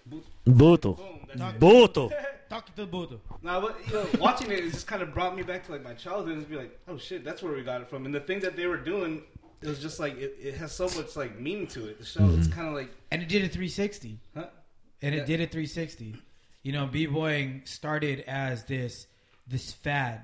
S3: Boom.
S1: Buto,
S3: That's it.
S1: buto.
S4: Talk to Buto.
S3: Nah, but you know, watching it, it just kind of brought me back to like my childhood and just be like, oh shit, that's where we got it from. And the things that they were doing it was just like it, it has so much like meaning to it. The show it's kind of like
S4: and it did a 360.
S3: huh?
S4: and it
S3: Yeah.
S4: did a 360. You know, b boying started as this this fad.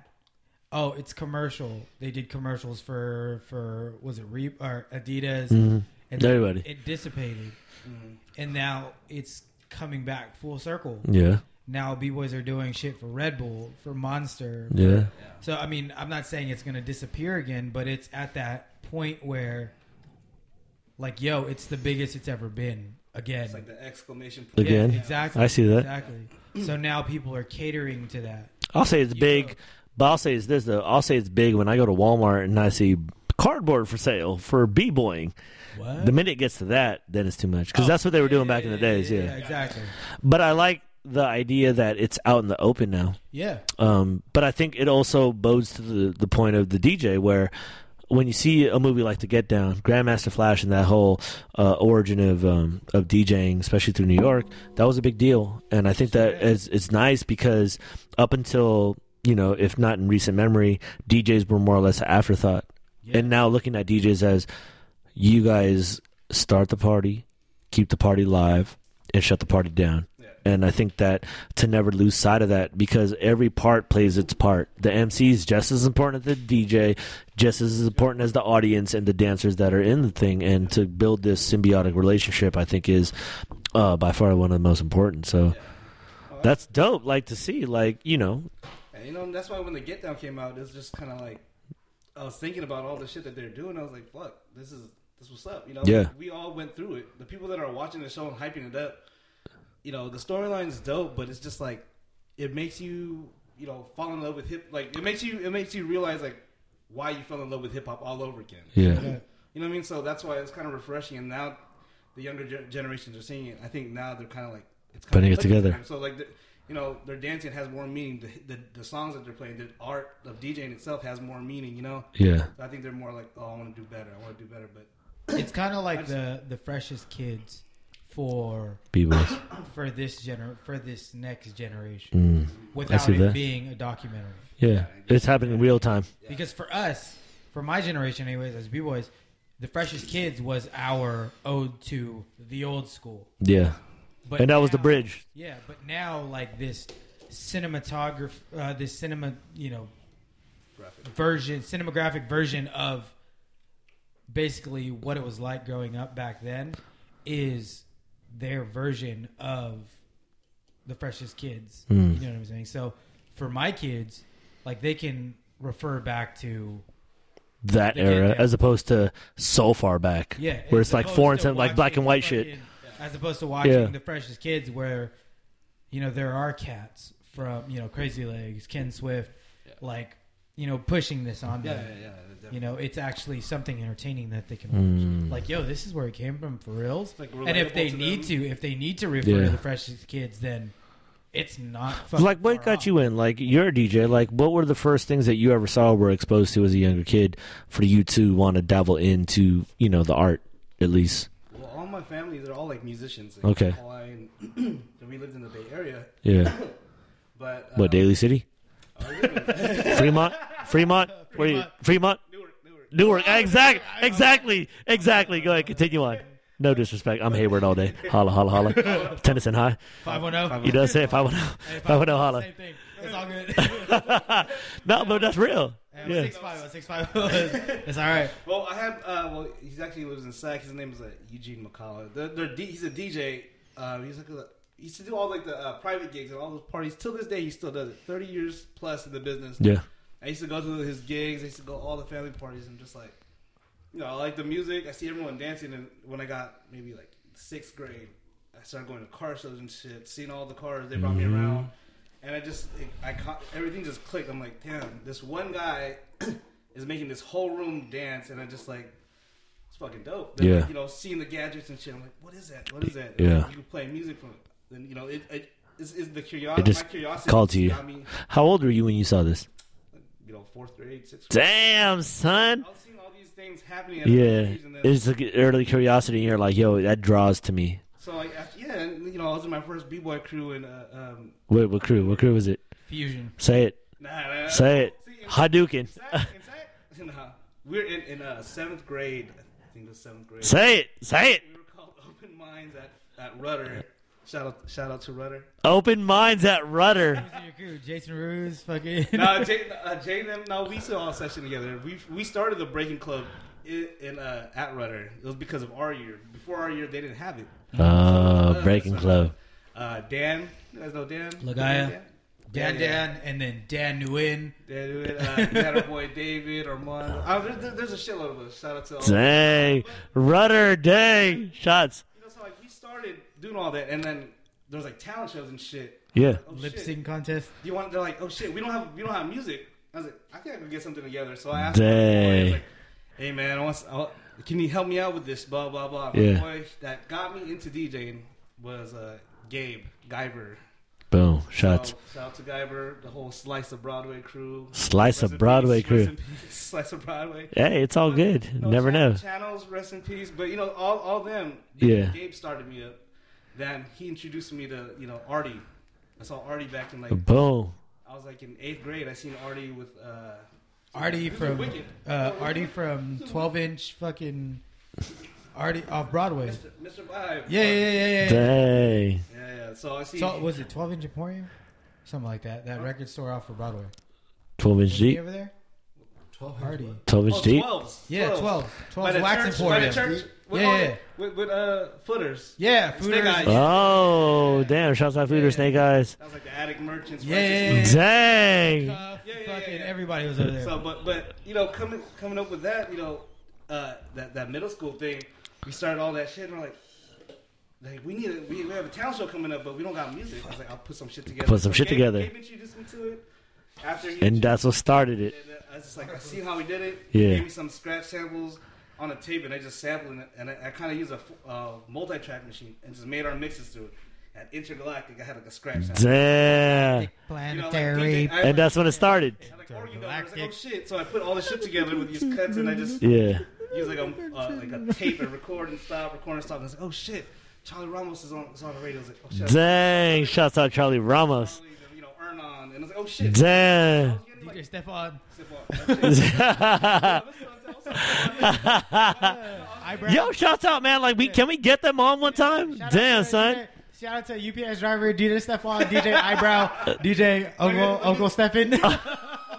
S4: Oh, it's commercial. They did commercials for for was it Re or Adidas? And then
S1: Mm-hmm. Everybody.
S4: It dissipated,
S3: Mm-hmm.
S4: and now it's coming back full circle.
S1: Yeah.
S4: Now b boys are doing shit for Red Bull, for Monster. for-
S1: Yeah.
S4: So I mean, I'm not saying it's gonna disappear again, but it's at that point where, like, yo, it's the biggest it's ever been again.
S3: It's like the exclamation point.
S1: Like- Again.
S4: Yeah, exactly.
S1: I see that.
S4: Exactly. So now people are catering to that.
S1: I'll say it's big, but I'll say it's this though. I'll say it's big when I go to Walmart and I see cardboard for sale for b boying.
S4: What?
S1: The minute it gets to that, then it's too much because that's what they were doing back in the days. Oh, Yeah.
S4: exactly.
S1: But I like the idea that it's out in the open now.
S4: Yeah.
S1: Um, but I think it also bodes to the, the point of the DJ where when you see a movie like The Get Down, Grandmaster Flash and that whole uh, origin of um, of DJing, especially through New York, that was a big deal. And I think that is it's nice because up until, you know, if not in recent memory, DJs were more or less an afterthought. And now looking at DJs as you guys start the party, keep the party live, and shut the party down.
S3: Yeah.
S1: And I think that to never lose sight of that because every part plays its part. The MC is just as important as the DJ, just as important as the audience and the dancers that are in the thing. And to build this symbiotic relationship, I think is uh, by far one of the most important. So that's dope. Like to see, like you know,
S3: And, you know that's why when the Get Down came out, it was just kind of like I was thinking about all the shit that they're doing. I was like, fuck, this is this what's up. You know,
S1: Yeah.
S3: we all went through it. The people that are watching the show and hyping it up, you know, the storyline's dope, but it's just like it makes you you know fall in love with hip. Like it makes you it makes you realize like why you fell in love with hip hop all over again.
S1: yeah,
S3: You know what I mean? So that's why it's kind of refreshing. And now the younger ge- generations are seeing it. I think now they're kind of like it's kind
S1: Putting
S3: of
S1: it together.
S3: So like, the, you know, their dancing has more meaning. The, the the songs that they're playing, the art of DJing itself has more meaning. You know.
S1: yeah.
S3: So I think they're more like, oh, I want to do better. I want to do better. But
S4: It's kind of like the the freshest kids for
S1: B boys.
S4: for this gener for this next generation without
S1: Mm. see
S4: it
S1: that.
S4: being a documentary.
S1: Yeah, it's happening in real time.
S4: Because for us, for my generation, anyways, as b boys, the freshest kids was our ode to the old school.
S1: Yeah,
S4: But
S1: and that was the
S4: now-
S1: bridge.
S4: Yeah, but now like this cinematograph, uh, this cinema, you know,
S3: graphic.
S4: version, cinematographic version of basically what it was like growing up back then is their version of the freshest kids. You know what I'm saying? So for my kids, like they can refer back to
S1: that
S4: They did,
S1: era
S4: yeah.
S1: as opposed to so far back
S4: yeah,
S1: where
S4: as
S1: it's like
S4: opposed
S1: foreign
S4: to
S1: to like black
S4: watching
S1: and white
S4: fucking-
S1: shit
S4: as opposed to watching
S1: Yeah.
S4: the freshest kids where you know there are cats from you know Crazy Legs, Ken Swift, like you know pushing this on
S3: Yeah,
S4: them.
S3: yeah, yeah. definitely.
S4: You know, it's actually something entertaining that they can
S1: Mm.
S4: watch. Like, yo, this is where it came from for reals.
S3: like
S4: and if
S3: relatable
S4: they
S3: to
S4: need
S3: them.
S4: to, if they need to refer
S1: Yeah.
S4: to the freshest kids, then it's not fucking
S1: like what
S4: far
S1: got
S4: off.
S1: you in like you're a dj like what were the first things that you ever saw or were exposed to as a younger kid for you to want to dabble into you know the art at least
S3: Well, all my family, they're all like musicians. Like,
S1: Okay.
S3: Hawaiian. and [CLEARS THROAT] we lived in the Bay Area,
S1: yeah
S3: but uh,
S1: what daly city
S3: I live in-
S1: fremont fremont where you fremont
S3: Newark, Newark.
S1: newark exactly exactly exactly go ahead continue on no disrespect i'm hayward all day holla holla [LAUGHS] holla tennyson high
S4: 510?
S1: you know what i'm saying 510 510 holla
S4: oh?
S3: oh.
S4: Same thing. It's all good. [LAUGHS]
S1: [LAUGHS] no but that's real yeah
S4: 650, 650. oh. [LAUGHS] It's all right.
S3: Well, I have. Uh, well, he's actually lives in Sac. His name is uh, Eugene McCullough. They're, they're D, he's a DJ. Uh, he's like a, he used to do all like the uh, private gigs and all those parties. Till this day, he still does it. Thirty years plus in the business.
S1: yeah
S3: I used to go to his gigs. I used to go to all the family parties. and just like, you know, I like the music. I see everyone dancing. And when I got maybe like sixth grade, I started going to car shows and shit, seeing all the cars. They brought
S1: Mm-hmm.
S3: me around, and I just, it, I caught everything just clicked. I'm like, damn, this one guy [CLEARS THROAT] is making this whole room dance, and I just like. It's fucking dope. Then,
S1: Yeah.
S3: like, you know, seeing the gadgets and shit. I'm like, what is that? What is that?
S1: Yeah.
S3: You can play music from it. Then you know, it, it is the curiosity.
S1: just
S3: my curiosity
S1: called to you.
S3: got me,
S1: how old were you when you saw this
S3: you know, fourth grade, sixth. grade.
S1: Damn, son.
S3: I was seeing all these things happening. At
S1: Yeah,
S3: yeah. And then,
S1: it's like early curiosity. And you're like, yo, that draws to me.
S3: so like after, yeah, and, you know, I was in my first b boy crew and uh, um.
S1: Wait, what crew? What crew was it?
S4: Fusion.
S1: Say it.
S3: Nah, nah, nah.
S1: Say it.
S3: See, in-
S1: Hadouken. [LAUGHS]
S3: in Sac- in Sac- [LAUGHS] nah. we were in, in uh, seventh grade. I think it was seventh grade.
S1: Say it. Say it.
S3: We were called [LAUGHS] open minds at, at Rudder. Shout out, shout out to Rudder.
S1: Open minds at rudder.
S4: Who's in your crew? Jason Ruse, fucking.
S3: [LAUGHS] No, Jay, uh, Jay and them, no, we still all session together. We we started the breaking club in, in uh, at Rudder. It was because of our year. Before our year, they didn't have it.
S1: [LAUGHS] Oh, breaking club.
S3: Uh, Dan, you guys know Dan?
S4: Lagaya.
S3: Dan,
S4: Dan Dan, and then Dan Nguyen.
S3: Dan, Nguyen, uh, we had our boy David, Armand. Oh, there's- there's, there's a shitload of us. Shout out to all. You
S1: Dang. Rudder. Dang. Shots.
S3: know, so like we started doing all that, and then there was like talent shows and shit.
S1: Yeah.
S3: Oh,
S4: Lip
S3: shit.
S4: sync contest.
S3: you want they're like, oh shit, we don't have we don't have music. I was like, I think I can get something together. So I asked my boy, I was
S1: Dang.
S3: like, hey man, I want, s- I want- can you help me out with this? Blah blah blah.
S1: Yeah.
S3: The boy that got me into DJing was uh, Gabe Guyver.
S1: Boom.
S3: So,
S1: Shots.
S3: shout out to Guyver, the whole Slice of Broadway crew.
S1: Slice
S3: Rest
S1: of
S3: in
S1: Broadway
S3: peace, rest
S1: crew.
S3: in peace, [LAUGHS] Slice of Broadway.
S1: Hey, it's all good.
S3: No,
S1: Never
S3: chan-
S1: know.
S3: Channels, rest in peace. But you know, all all them.
S1: Yeah.
S3: Gabe started me up. Then he introduced me to you know Artie. I saw Artie back in like
S1: Boom.
S3: I was like in eighth grade. I seen Artie with uh,
S4: Artie
S3: Who's
S4: from
S3: Wicked? Oh,
S4: uh, Artie from Twelve Inch fucking Artie off Broadway.
S3: Mr. Mr. Vibe.
S4: Yeah, yeah, yeah, yeah. yeah.
S1: Dang.
S3: yeah, yeah. So I see.
S4: So, was it Twelve Inch Emporium? Something like that. That record store off of Broadway.
S1: 12 inch
S4: Was he
S1: deep.
S4: over there?
S2: 12
S4: Artie.
S1: 12
S3: oh,
S1: inch deep.
S3: 12s.
S4: Yeah,
S3: 12s.
S4: 12.
S3: By
S4: 12
S3: the church.
S4: Wax
S3: By
S4: Emporium.
S3: the church. With
S4: Yeah,
S3: all
S4: yeah.
S3: the- With, with uh, footers.
S4: Yeah,
S3: Snake
S4: Fooders.
S3: Eyes.
S1: Oh, damn. Shots out food or snake eyes.
S3: That was like the attic merchants.
S4: Yeah,
S3: Righteous
S4: yeah,
S3: Movement.
S1: Dang.
S4: Cuff,
S3: Yeah, yeah, yeah,
S4: fucking
S3: yeah.
S4: everybody was over there.
S3: So, but but you know, coming coming up with that, you know, uh, that that middle school thing, we started all that shit. and We're like. Like we need a, we, we have a talent show coming up, but we don't got music. I was like, I'll put some shit together.
S1: Put some
S3: So
S1: shit
S3: Gabe-
S1: together.
S3: Gabe introduced me to it. After he
S1: And that's what started it.
S3: And I was just like, I see how he did it.
S1: Yeah.
S3: He gave me some scratch samples on a tape, and I just sampled it. And I, I kind of used a f- uh, multi-track machine and just made our mixes through it. At Intergalactic, I had like a scratch sample.
S1: Damn.
S3: You know, like,
S4: Planetary.
S3: DJ I had,
S1: And uh, that's when it started.
S3: like- I had, like, organ donor. I was like, oh shit! So I put all the shit together with these cuts, and I
S1: [LAUGHS]
S3: just
S1: Yeah.
S3: use like a uh, like a tape and record and stop, record and stop. And I was like, oh shit! Charlie Ramos is on is on the radio. I was like, oh shit!
S1: Dang. Shouts out Charlie Ramos.
S3: Charlie, you know, Earn On, and I was like, oh shit! I
S1: Damn.
S3: was getting, like,
S4: DJ Stefan.
S3: sip on- Oh,
S1: [LAUGHS]
S4: Eyebrow.
S1: Yo, shouts out, man. Like, we can we get them on one time?
S4: Shout out
S1: Damn,
S4: to
S1: son.
S4: DJ Shout out to UPS driver, DJ Stefan, DJ Eyebrow,
S1: [LAUGHS]
S4: DJ Uncle, Uncle Stefan.
S1: Uh,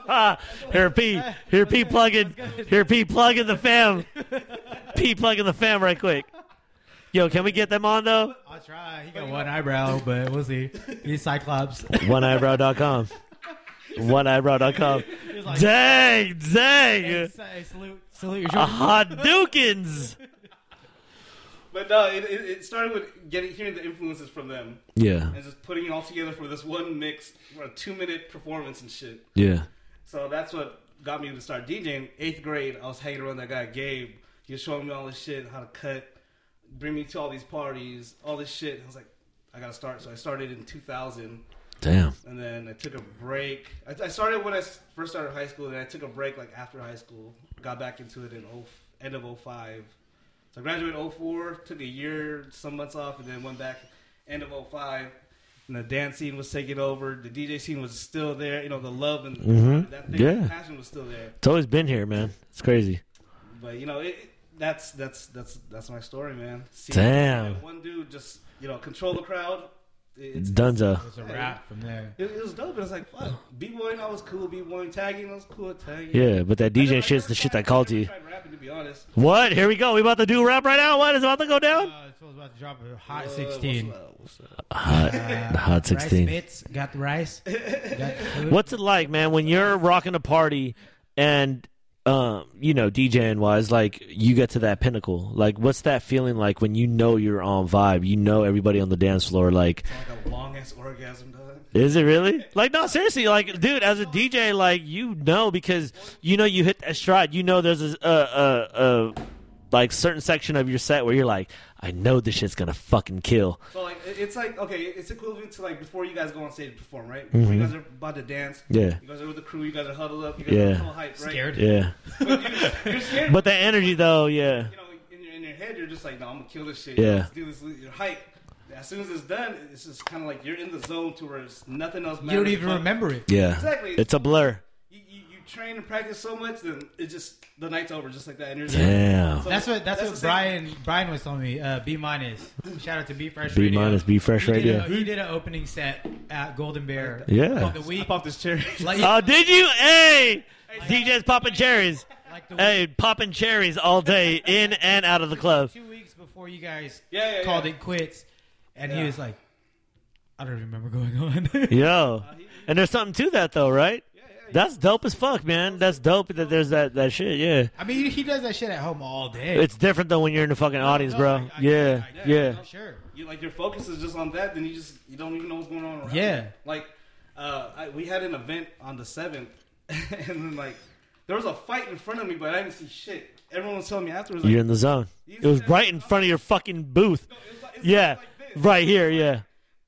S1: Ah, [LAUGHS] here, P. Here, P. Plugging. Here, P. Plugging the fam. P. Plugging the fam, right quick. Yo, can we get them on though?
S4: I'll try. He got one eyebrow, but we'll see. He's
S1: [LAUGHS]
S4: Cyclops.
S1: OneEyebrow.com. OneEyebrow.com.
S4: He was like,
S1: Dang,
S4: hey,
S1: dang.
S4: sa- hey, salute, salute your
S1: A
S4: short.
S1: Hadoukens.
S3: But no, it, it, it started with getting hearing the influences from them
S1: Yeah,
S3: and just putting it all together for this one mix, for a two minute performance and shit.
S1: yeah.
S3: So that's what got me to start DJing. Eighth grade, I was hanging around that guy Gabe. He was showing me all this shit, how to cut, bring me to all these parties, all this shit. I was like, I gotta start. So I started in 2000,
S1: Damn.
S3: and then I took a break. I, I started when I s- first started high school, and I took a break like after high school. Got back into it in oh, end of 05. So I graduated in 04, took a year, some months off, and then went back end of 05. And the dance scene was taking over. The DJ scene was still there. You know, the love and
S1: Mhm.
S3: that thing,
S1: Yeah.
S3: passion was still there.
S1: It's always been here, man. It's crazy.
S3: But you know, it, it- that's that's that's that's my story, man. See,
S1: Damn.
S3: that one dude just you know control the crowd. It's,
S1: Dunzo.
S4: It was a wrap from there.
S3: it, it was dope. It was like fuck. B boying, I was cool. B boying, tagging, I was cool. at Tagging.
S1: Yeah, but that
S3: I never- I
S1: DJ shit's
S3: never
S1: the shit
S3: tried-
S1: that called
S3: I never
S1: you.
S3: tried rapping, to be honest.
S1: What? Here we go. We about to do rap right now. What is about to go
S4: Uh,
S1: down?
S4: this was about to drop a hot
S3: Uh,
S4: 16.
S3: what's up, what's up?
S1: Hot,
S4: Uh,
S1: hot
S4: Rice
S1: sixteen.
S4: bits, got
S3: [LAUGHS]
S4: the rice. Got the food.
S1: What's it like, man, when you're rocking a party and um, you know, DJing wise, like you get to that pinnacle. Like, what's that feeling like when you know you're on vibe? You know everybody on the dance floor. Like,
S3: Like a long ass orgasm, dog.
S1: Is it really? Like, no, seriously. Like, dude, as a DJ, like, you know, because you know you hit that stride. You know, there's a, a, a, a like certain section of your set where you're like, I know this shit's gonna fucking kill.
S3: So like it- it's like okay, it's equivalent to like before you guys go on stage to perform, right? Before you guys are about to dance.
S1: Mm-hmm. Yeah.
S3: You guys are with the crew. You guys are huddled up. You guys
S1: Yeah.
S3: are all hype, right?
S4: Scared.
S1: Yeah.
S3: You're scared.
S1: But the energy, though, yeah.
S3: you know, in your, in your head, you're just like, no, I'm gonna kill this shit.
S1: Yeah.
S3: Let's do this. You're hyped. As soon as it's done, it's just kind of like you're in the zone to where it's nothing else.
S4: You don't
S3: matters
S4: even
S3: but-
S4: remember it.
S1: Yeah.
S3: Exactly.
S1: It's a blur.
S3: You, you, you train and practice so much, then it's just the night's over, just like that. And you're just-
S1: Damn.
S3: So
S4: That's what that's,
S3: the
S4: what
S3: same-
S4: Brian Brian was telling me. Uh, B minus. Shout out to B Fresh.
S1: B
S4: Radio.
S1: minus, B Fresh
S4: he
S1: Radio.
S4: Did a, he did an opening set at Golden Bear.
S1: Yeah.
S4: On the week,
S3: Pop this [LAUGHS] cherry.
S4: [LAUGHS] like,
S1: Oh, did you? Hey, DJ's popping cherries.
S4: like the
S1: Hey, uh, popping cherries all day in and out of the club.
S4: week, two weeks before you guys
S3: Yeah, yeah,
S4: called
S3: yeah.
S4: it quits, and he
S3: Yeah.
S4: was like, "I don't remember going on." [LAUGHS]
S1: Yo, and there's something to that though, right?
S3: yeah,
S1: That's dope as fuck, man. That's dope that there's that that shit. Yeah,
S4: I mean, he does that shit at home all day.
S1: it's different though when you're in the fucking audience,
S4: no,
S1: bro.
S4: I- I-
S1: Yeah,
S4: I- I-
S1: yeah.
S4: sure.
S3: you like your focus is just on that, then you just you don't even know what's going on around.
S4: Yeah.
S3: you. Like uh, I, we had an event on the seventh, [LAUGHS] and then like there was a fight in front of me, but I didn't see shit. Everyone was telling me afterwards. Like,
S1: You're in the zone. It was right in front of your fucking booth.
S3: "No, it's like- it's
S1: Yeah,
S3: like this."
S1: right here. Yeah,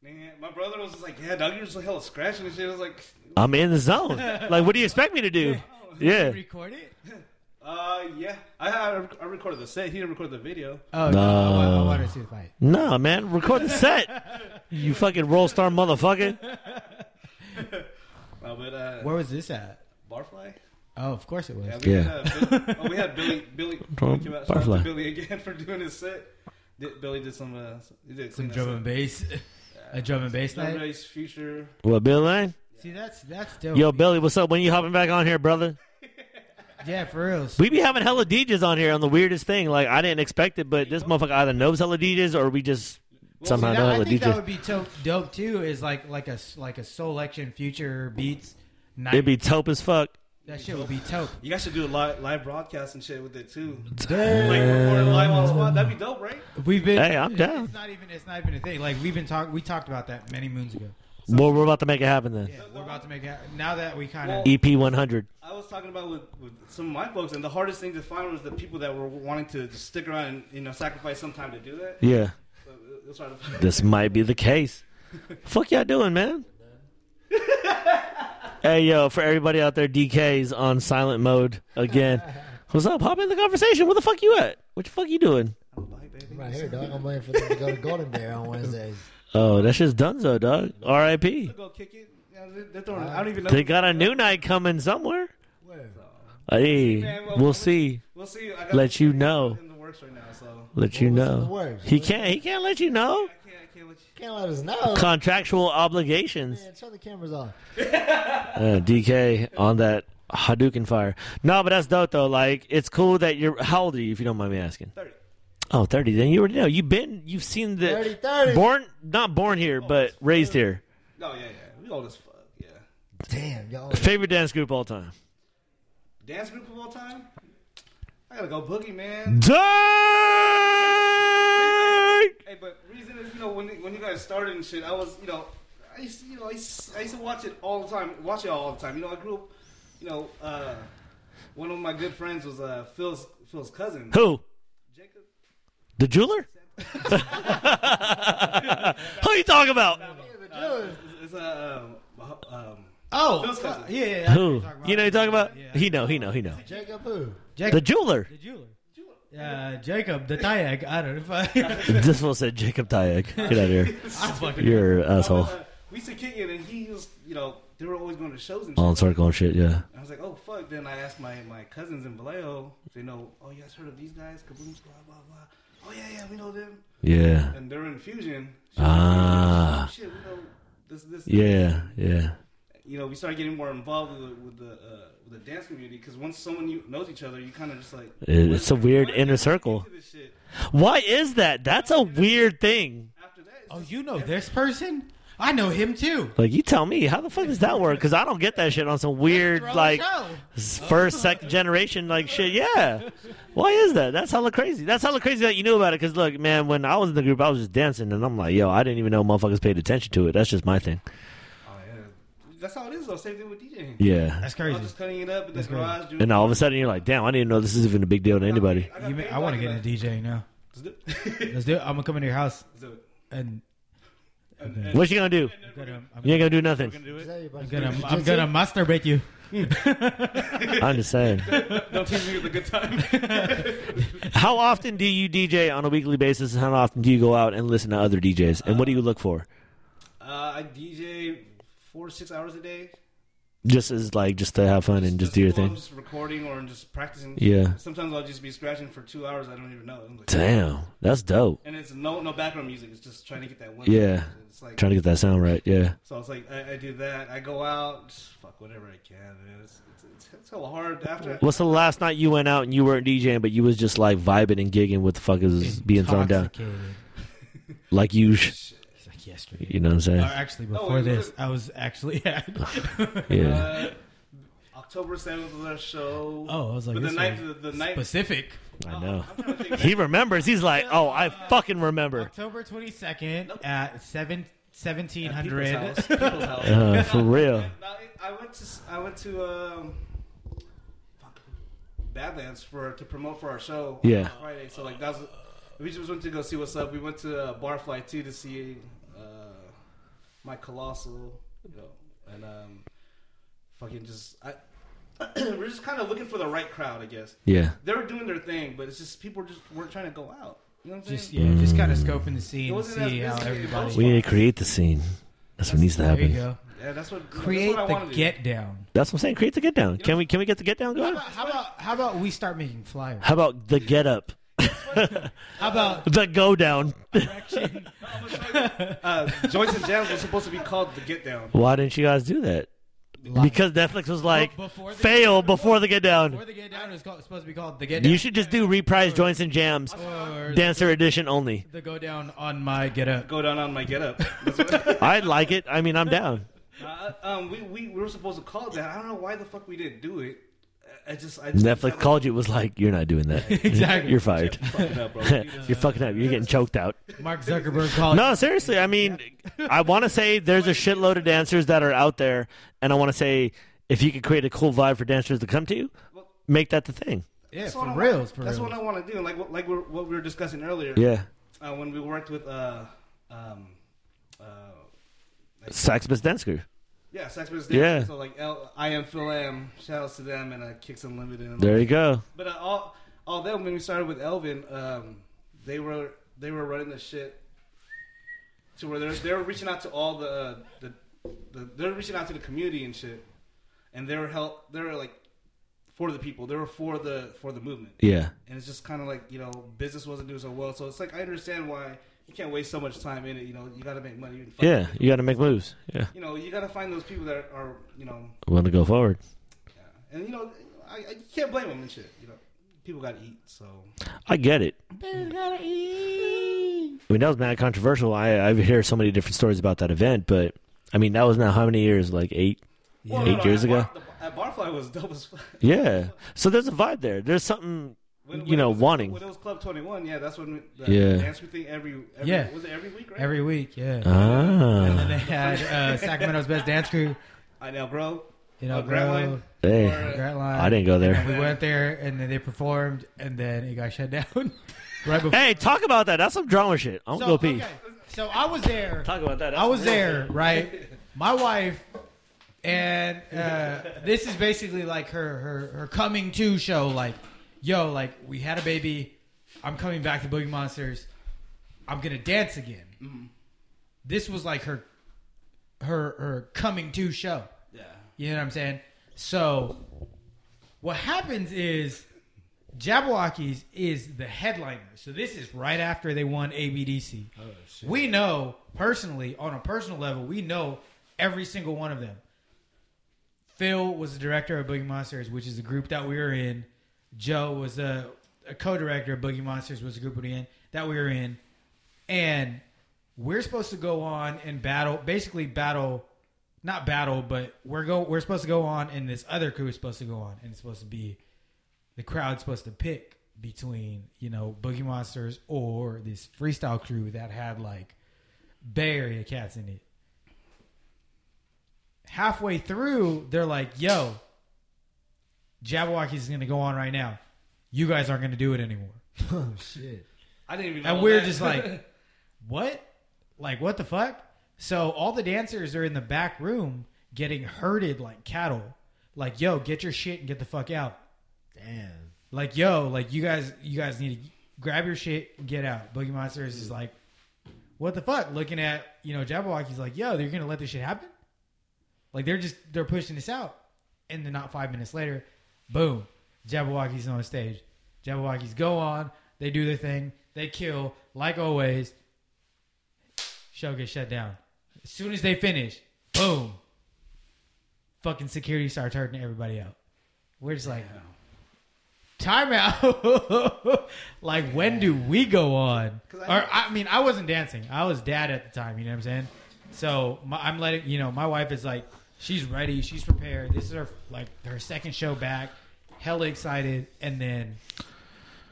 S3: Man, my brother was just like, "Yeah, dog, you're just like hella scratching and shit." I was like,
S1: I'm in the zone. Like, what do you expect me to do? Yeah.
S4: Record it.
S3: "Uh, yeah, I I, I recorded the set. He didn't record the video."
S4: Oh no! I wa- I
S1: No.
S4: wanted to see the fight.
S1: No, man. Record the set. You fucking roll star motherfucker.
S3: Uh, but uh,
S4: Where was this at?
S3: Barfly.
S4: Oh, of course it was.
S3: Yeah, we
S1: Yeah.
S3: Had, uh, Bill- oh, we had Billy.
S1: [LAUGHS]
S3: Billy.
S1: Oh,
S3: Shout out to
S1: Barfly.
S3: Billy again [LAUGHS] for doing his set. Did, Billy did some. Uh, he did clean
S4: Some
S3: us
S4: drum
S3: up. [LAUGHS]
S4: and bass. [LAUGHS] A drum and bass
S3: Drum
S4: night.
S3: race future.
S1: What, Bill Lane?
S4: See, that's that's dope.
S1: Yo, Billy, what's up? When you hopping back on here, brother?
S4: yeah, for real.
S1: We be having hella DJs on here on the weirdest thing. Like I didn't expect it, but this motherfucker either knows hella DJs or we just somehow
S4: See,
S1: know
S4: that- I
S1: hella
S4: think uh,
S1: DJs.
S4: that would be to- dope too. Is like like a s- like a selection future beats night.
S1: It'd be dope as fuck.
S4: that shit would be dope.
S3: You guys should do a live, live broadcast and shit with it too. Like record live on the spot. That'd be dope, right?
S4: We've been.
S1: Hey, I'm down.
S4: It's not even. It's not even a thing. Like we've been talk. We talked about that many moons ago.
S1: well, we're about to make it happen then. E
S4: Yeah, we're about to make it. Now that we kind of.
S3: Well-
S1: EP 100.
S3: I was talking about with, with some of my folks, and the hardest thing to find was the people that were wanting to just stick around and you know sacrifice some time to do that.
S1: Yeah,
S3: So uh, it- it's hard to-
S1: this might be the
S4: [LAUGHS]
S1: case. fuck y'all doing, man? hey, yo, for everybody out there, DK's on silent mode
S4: [LAUGHS]
S1: again. What's up? Hop in the conversation. Where the fuck you at? What the fuck you doing?
S3: [LAUGHS] Bye, baby.
S2: I'm right here, dog. I'm waiting for them to go to Golden Bear on Wednesdays.
S1: Oh, that shit's donezo, dog. R.I.P.
S3: Go kick it. You know, they're throwing, I don't even know.
S1: They got a new night coming somewhere.
S2: Where?
S1: Hey, we'll see.
S3: We'll see. I got
S1: Let you know.
S3: in the works right now,
S1: [LAUGHS]
S3: so
S1: Let you
S2: What was in the
S1: know.
S2: works?
S1: He can't. He can't let you know.
S3: I can't. I can't let you.
S2: Can't let us know.
S1: Contractual obligations.
S2: Man, turn the cameras off.
S1: Uh, DK on that Hadouken fire. No, but that's dope though. Like it's cool that you're. How old are you, if you don't mind me asking?
S3: Thirty.
S1: Oh, 30. Then you already know. You've been. You've seen the
S2: 30, 30.
S1: born. Not born here, but raised here.
S3: No, Oh, yeah, yeah. We old as fuck. Yeah.
S2: Damn, y'all.
S1: Favorite dance group all time.
S3: Dance group of all time. I gotta go boogie,
S1: Mm.
S3: man.
S1: Dang!
S3: Hey, but reason is, you know, when when you guys started and shit, I was, you know, I used to, you know, I used, I used to watch it all the time, watch it all the time. You know, I grew up, you know, uh, one of my good friends was uh, Phil's Phil's cousin,
S1: Who?
S3: Jacob.
S1: The jeweler? [LAUGHS] Who you talking about?
S3: It's a um, um,
S4: Oh,
S3: Phil's
S4: fuck,
S3: cousin.
S4: yeah. yeah, I know
S1: Who?
S4: you're talking
S1: You know you talking about?
S4: Yeah.
S1: He know. He know. He know.
S2: Jacob who?
S4: Jacob,
S1: The jeweler.
S4: [LAUGHS] the jeweler. Yeah, Jacob, the Tayag. I don't know [LAUGHS] if I.
S1: This one said Jacob Tayek. Get out of here.
S3: [LAUGHS]
S4: I fucking.
S1: You're an
S3: uh,
S1: asshole.
S3: we used to kick it, and he was, you know, they were always going to shows and shit.
S1: On circle and shit, yeah.
S3: I was like, oh fuck. Then I asked my, my cousins in Vallejo, if they know, oh, you guys heard of these guys? Kaboom, blah, blah, blah. Oh, yeah, yeah, we know them.
S1: Yeah.
S3: And they're in fusion. She was like,
S1: Ah.
S3: "Oh, Shit, we know this, this.
S1: Yeah, yeah.
S3: You know, we started getting more involved with the, with the, uh, with the dance community because once someone you, knows each other, you kind of just like.
S1: It- It's a weird
S3: Why did
S1: inner
S3: you
S1: circle.
S3: get into this shit?
S1: Why is that? That's a weird thing.
S3: After that, it's
S4: Oh,
S3: just-
S4: you know this person? I know him too.
S1: Like, you tell me, how the fuck does that work? Because I don't get that shit on some weird,
S4: Throw a
S1: like,
S4: show.
S1: s- first, second generation, like, shit. Yeah. Why is that? That's hella crazy. That's hella crazy that you knew about it. Because, look, man, when I was in the group, I was just dancing, and I'm like, yo, I didn't even know motherfuckers paid attention to it. That's just my thing.
S3: oh, yeah. That's how it is, though. Same thing with DJing.
S1: Yeah.
S4: That's
S3: I was
S4: crazy.
S3: just cutting it up in the
S4: That's crazy.
S3: garage. Doing
S1: And all of a sudden, you're like, damn, I didn't even know this is even a big deal to anybody.
S3: got
S4: You may,
S3: paid
S4: I want to
S3: back
S4: get
S3: in
S4: into DJing now.
S3: that. Let's do it. [LAUGHS]
S4: Let's do it. I'm gonna come into your house
S3: Let's do it.
S4: and
S1: What you gonna do?
S4: I'm gonna, I'm
S1: You
S4: gonna,
S1: ain't gonna do nothing.
S2: Is that your buddy?
S4: I'm gonna, I'm gonna masturbate you.
S1: I'm just saying.
S3: [LAUGHS] Don't tease me with a good time.
S1: [LAUGHS] How often do you DJ on a weekly basis, and how often do you go out and listen to other DJs? And what do you look for?
S3: Uh, I DJ four to six hours a day.
S1: just as like just to have fun and just do your
S3: while I'm
S1: thing.
S3: Just recording or just practicing.
S1: Yeah.
S3: Sometimes I'll just be scratching for two hours. I don't even know. I'm like-
S1: Damn, that's dope.
S3: And it's no no background music. It's just trying to get that one.
S1: Yeah.
S3: It's like
S1: Trying to get that sound right. Yeah,
S3: so. It's like I, I do that. I go out. just Fuck whatever I can. Man. It's it's, it's, it's hella hard after.
S1: what's the last night you went out and you weren't DJing, but you was just like vibing and gigging with the fuckers being thrown down
S4: Intoxicated.
S1: like you, sh-
S4: It's like yesterday.
S1: you know what I'm
S4: Or
S1: saying?
S4: Oh, actually,
S3: No,
S4: before
S3: Oh, it
S4: this,
S3: was-
S4: I was actually [LAUGHS] at.
S1: [LAUGHS] Yeah,
S3: Uh, October seventh was our show.
S4: oh, I was like,
S3: But the
S4: this
S3: night,
S4: was
S3: the, the night.
S4: specific.
S1: I know.
S3: I'm trying to think.
S1: He remembers. He's like, oh, I fucking remember.
S4: October 22nd at 7,
S3: At people's
S4: 1700.
S1: [LAUGHS]
S3: house. People's house.
S1: Uh, for real.
S3: No, I went to I went to um, fuck, Badlands for to promote for our show. on
S1: Yeah.
S3: Friday. So like that's we just went to go see what's up. We went to uh, Barfly too to see uh, my colossal, you know, and um, fucking just I. [CLEARS THROAT] we're just kind of looking for the right crowd, I guess.
S1: Yeah,
S3: They were doing their thing, but it's just people just weren't trying to go out. You know what I'm saying?
S4: [LAUGHS] Just, yeah, just kind of scoping the scene
S3: It
S4: and
S3: wasn't as
S4: see how
S3: busy.
S4: everybody.
S1: we need to create the scene. That's what needs to
S4: there you
S1: happen.
S4: go.
S3: yeah, that's what
S4: Create
S3: that's what I
S4: the
S3: wanna do.
S4: get down.
S1: That's what I'm saying. Create the get down. Can we? Can we get the get down
S4: How
S1: going?
S4: about, how about how about we start making flyers?
S1: How about the get up?
S4: [LAUGHS] How about
S1: The go down.
S4: direction?
S3: Uh, Joints and Jams was supposed to be called the Get Down.
S1: Why didn't you guys do that? Because Netflix was like,
S4: Well, before the-
S1: fail before the get
S4: Before
S1: down.
S4: the get down is called, supposed to be called the get down.
S1: You should just do reprise joints and jams,
S4: or
S1: dancer edition only.
S4: the go down on my get up.
S3: Go down on my get
S4: [LAUGHS]
S3: up. That's what-
S1: I'd like it. I mean, I'm down.
S3: uh, um, we, we, we were supposed to call it that. I don't know why the fuck we didn't do it. I I just I just
S1: Netflix called you. Was like, you're not doing that.
S4: [LAUGHS]
S1: [LAUGHS]
S4: Exactly.
S1: You're fired.
S3: [LAUGHS] Fucking up, bro.
S1: [LAUGHS] you're fucking up. You're getting choked out. [LAUGHS]
S4: Mark Zuckerberg called.
S1: No, seriously. I
S4: [LAUGHS]
S1: mean, I want to say there's a shitload of dancers that are out there, and I want to say if you could create a cool vibe for dancers to come to you, make that the thing.
S4: Yeah,
S3: That's what
S4: for
S3: I wa-
S4: reals, for
S3: That's
S4: reals.
S3: what I want to do. Like what- like we're, what we were discussing earlier.
S1: Yeah.
S3: Uh, when we worked with uh um uh
S1: Saxmas Dance Crew.
S3: yeah Sex Pistols.
S1: Yeah.
S3: So like L, I am Phil Am. Shout outs to them and uh, Kicks Unlimited. And
S1: There you go.
S3: But uh, all all them when we started with Elvin, um, they were they were running the shit to where they're they're reaching out to all the uh, the, the they're reaching out to the community and shit, and they were help they were like for the people they were for the for the movement,
S1: Yeah.
S3: and it's just kind of like you know business wasn't doing so well, so it's like I understand why you can't waste so much time in it. You know you got to make money. And fuck-
S1: Yeah. You got to make moves. Yeah.
S3: You know you got to find those people that are you know
S1: Want to go forward.
S3: yeah. and you know I, I you can't blame them and shit. You know people got to eat so.
S1: I get it. I mean, that was mad controversial. I I hear so many different stories about that event, but I mean, that was now how many years? Like eight,
S3: Well,
S1: eight years
S3: at
S1: ago.
S3: Bar- the- at Barfly was [LAUGHS] dope as fuck.
S1: yeah. So there's a vibe there. There's something,
S3: When- when
S1: you
S3: it
S1: know,
S3: was-
S1: wanting.
S3: When it was Club 21, yeah, that's when we- the
S1: Yeah.
S3: dance we thing every, every
S4: Yeah.
S3: was it every week, right?
S4: Every week, yeah. and then
S1: Ah,
S4: they had uh, Sacramento's best dance crew.
S3: I know, bro.
S4: You know,
S3: Oh, Grand
S4: Grow,
S3: Line?
S1: hey,
S4: Grant Line.
S1: I didn't go there.
S4: And we went there, and then they performed, and then it got shut down [LAUGHS] right before.
S1: Hey, talk about that. That's some drama shit. I'm gonna go pee.
S4: okay, so I was there.
S1: Talk about that. That's
S4: I was
S1: real
S4: there, right? My wife, and uh, this is basically like her, her her coming to show. Like, yo, like we had a baby. I'm coming back to Boogie Monsters. I'm gonna dance again. This was like her her her coming to show.
S3: Yeah.
S4: You know what I'm saying? So, what happens is Jabberwockies is the headliner. So this is right after they won ABDC. We know personally, on a personal level, we know every single one of them. Phil was the director of Boogie Monsters, which is the group that we were in. Joe was a, a co-director of Boogie Monsters, was the group we were in that we were in, and we're supposed to go on and battle, basically battle, not battle, but we're go we're supposed to go on, and this other crew is supposed to go on, and it's supposed to be the crowd's supposed to pick between you know Boogie Monsters or this freestyle crew that had like Bay Area cats in it. Halfway through, they're like, "Yo, Jabberwockies is gonna go on right now. You guys aren't gonna do it anymore."
S2: [LAUGHS] Oh shit!
S3: I didn't even know.
S4: And we're
S3: that. [LAUGHS]
S4: just like, "What? Like what the fuck?" So all the dancers are in the back room getting herded like cattle. Like, "Yo, get your shit and get the fuck out."
S2: Damn.
S4: like yo like you guys you guys need to grab your shit and get out boogie monsters is like what the fuck looking at you know jabberwocky's like yo they're gonna let this shit happen Like they're just they're pushing this out, and then not five minutes later, boom, Jabberwockies on stage. Jabberwockies go on. They do their thing. They kill like always. Show gets shut down. As soon as they finish, boom. Fucking security starts hurting everybody out. We're just like, timeout. [LAUGHS] like, when do we go on?
S3: 'Cause I-
S4: or I mean, I wasn't dancing. I was dad at the time. You know what I'm saying? So my, I'm letting you know. My wife is like, she's ready. She's prepared. This is her like her second show back. Hella excited. And then,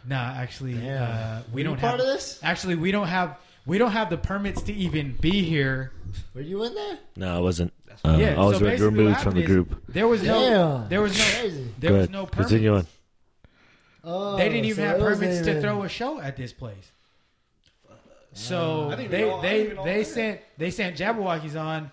S4: nah, actually,
S2: Damn.
S4: uh, we
S2: Were you
S4: don't
S2: part
S4: have
S2: of this?
S4: Actually, we don't have we don't have the permits to even be here.
S2: Were you in there?
S1: No, I wasn't. Uh,
S4: Yeah,
S1: I was
S4: so
S1: re-
S4: basically
S1: removed
S4: what
S1: from the
S4: happened
S1: group.
S4: There was no.
S2: Damn.
S4: There was no.
S2: Crazy.
S4: There
S1: Go
S4: was
S1: ahead.
S4: no permits.
S1: Continue on.
S2: Oh,
S4: They didn't even
S2: so
S4: have
S2: it wasn't
S4: permits to
S2: even- Uh,
S4: throw a show at this place. So
S3: I didn't even know-
S4: they
S3: I didn't
S4: they
S3: even know
S4: they
S3: that.
S4: sent they sent Jabberwockies on,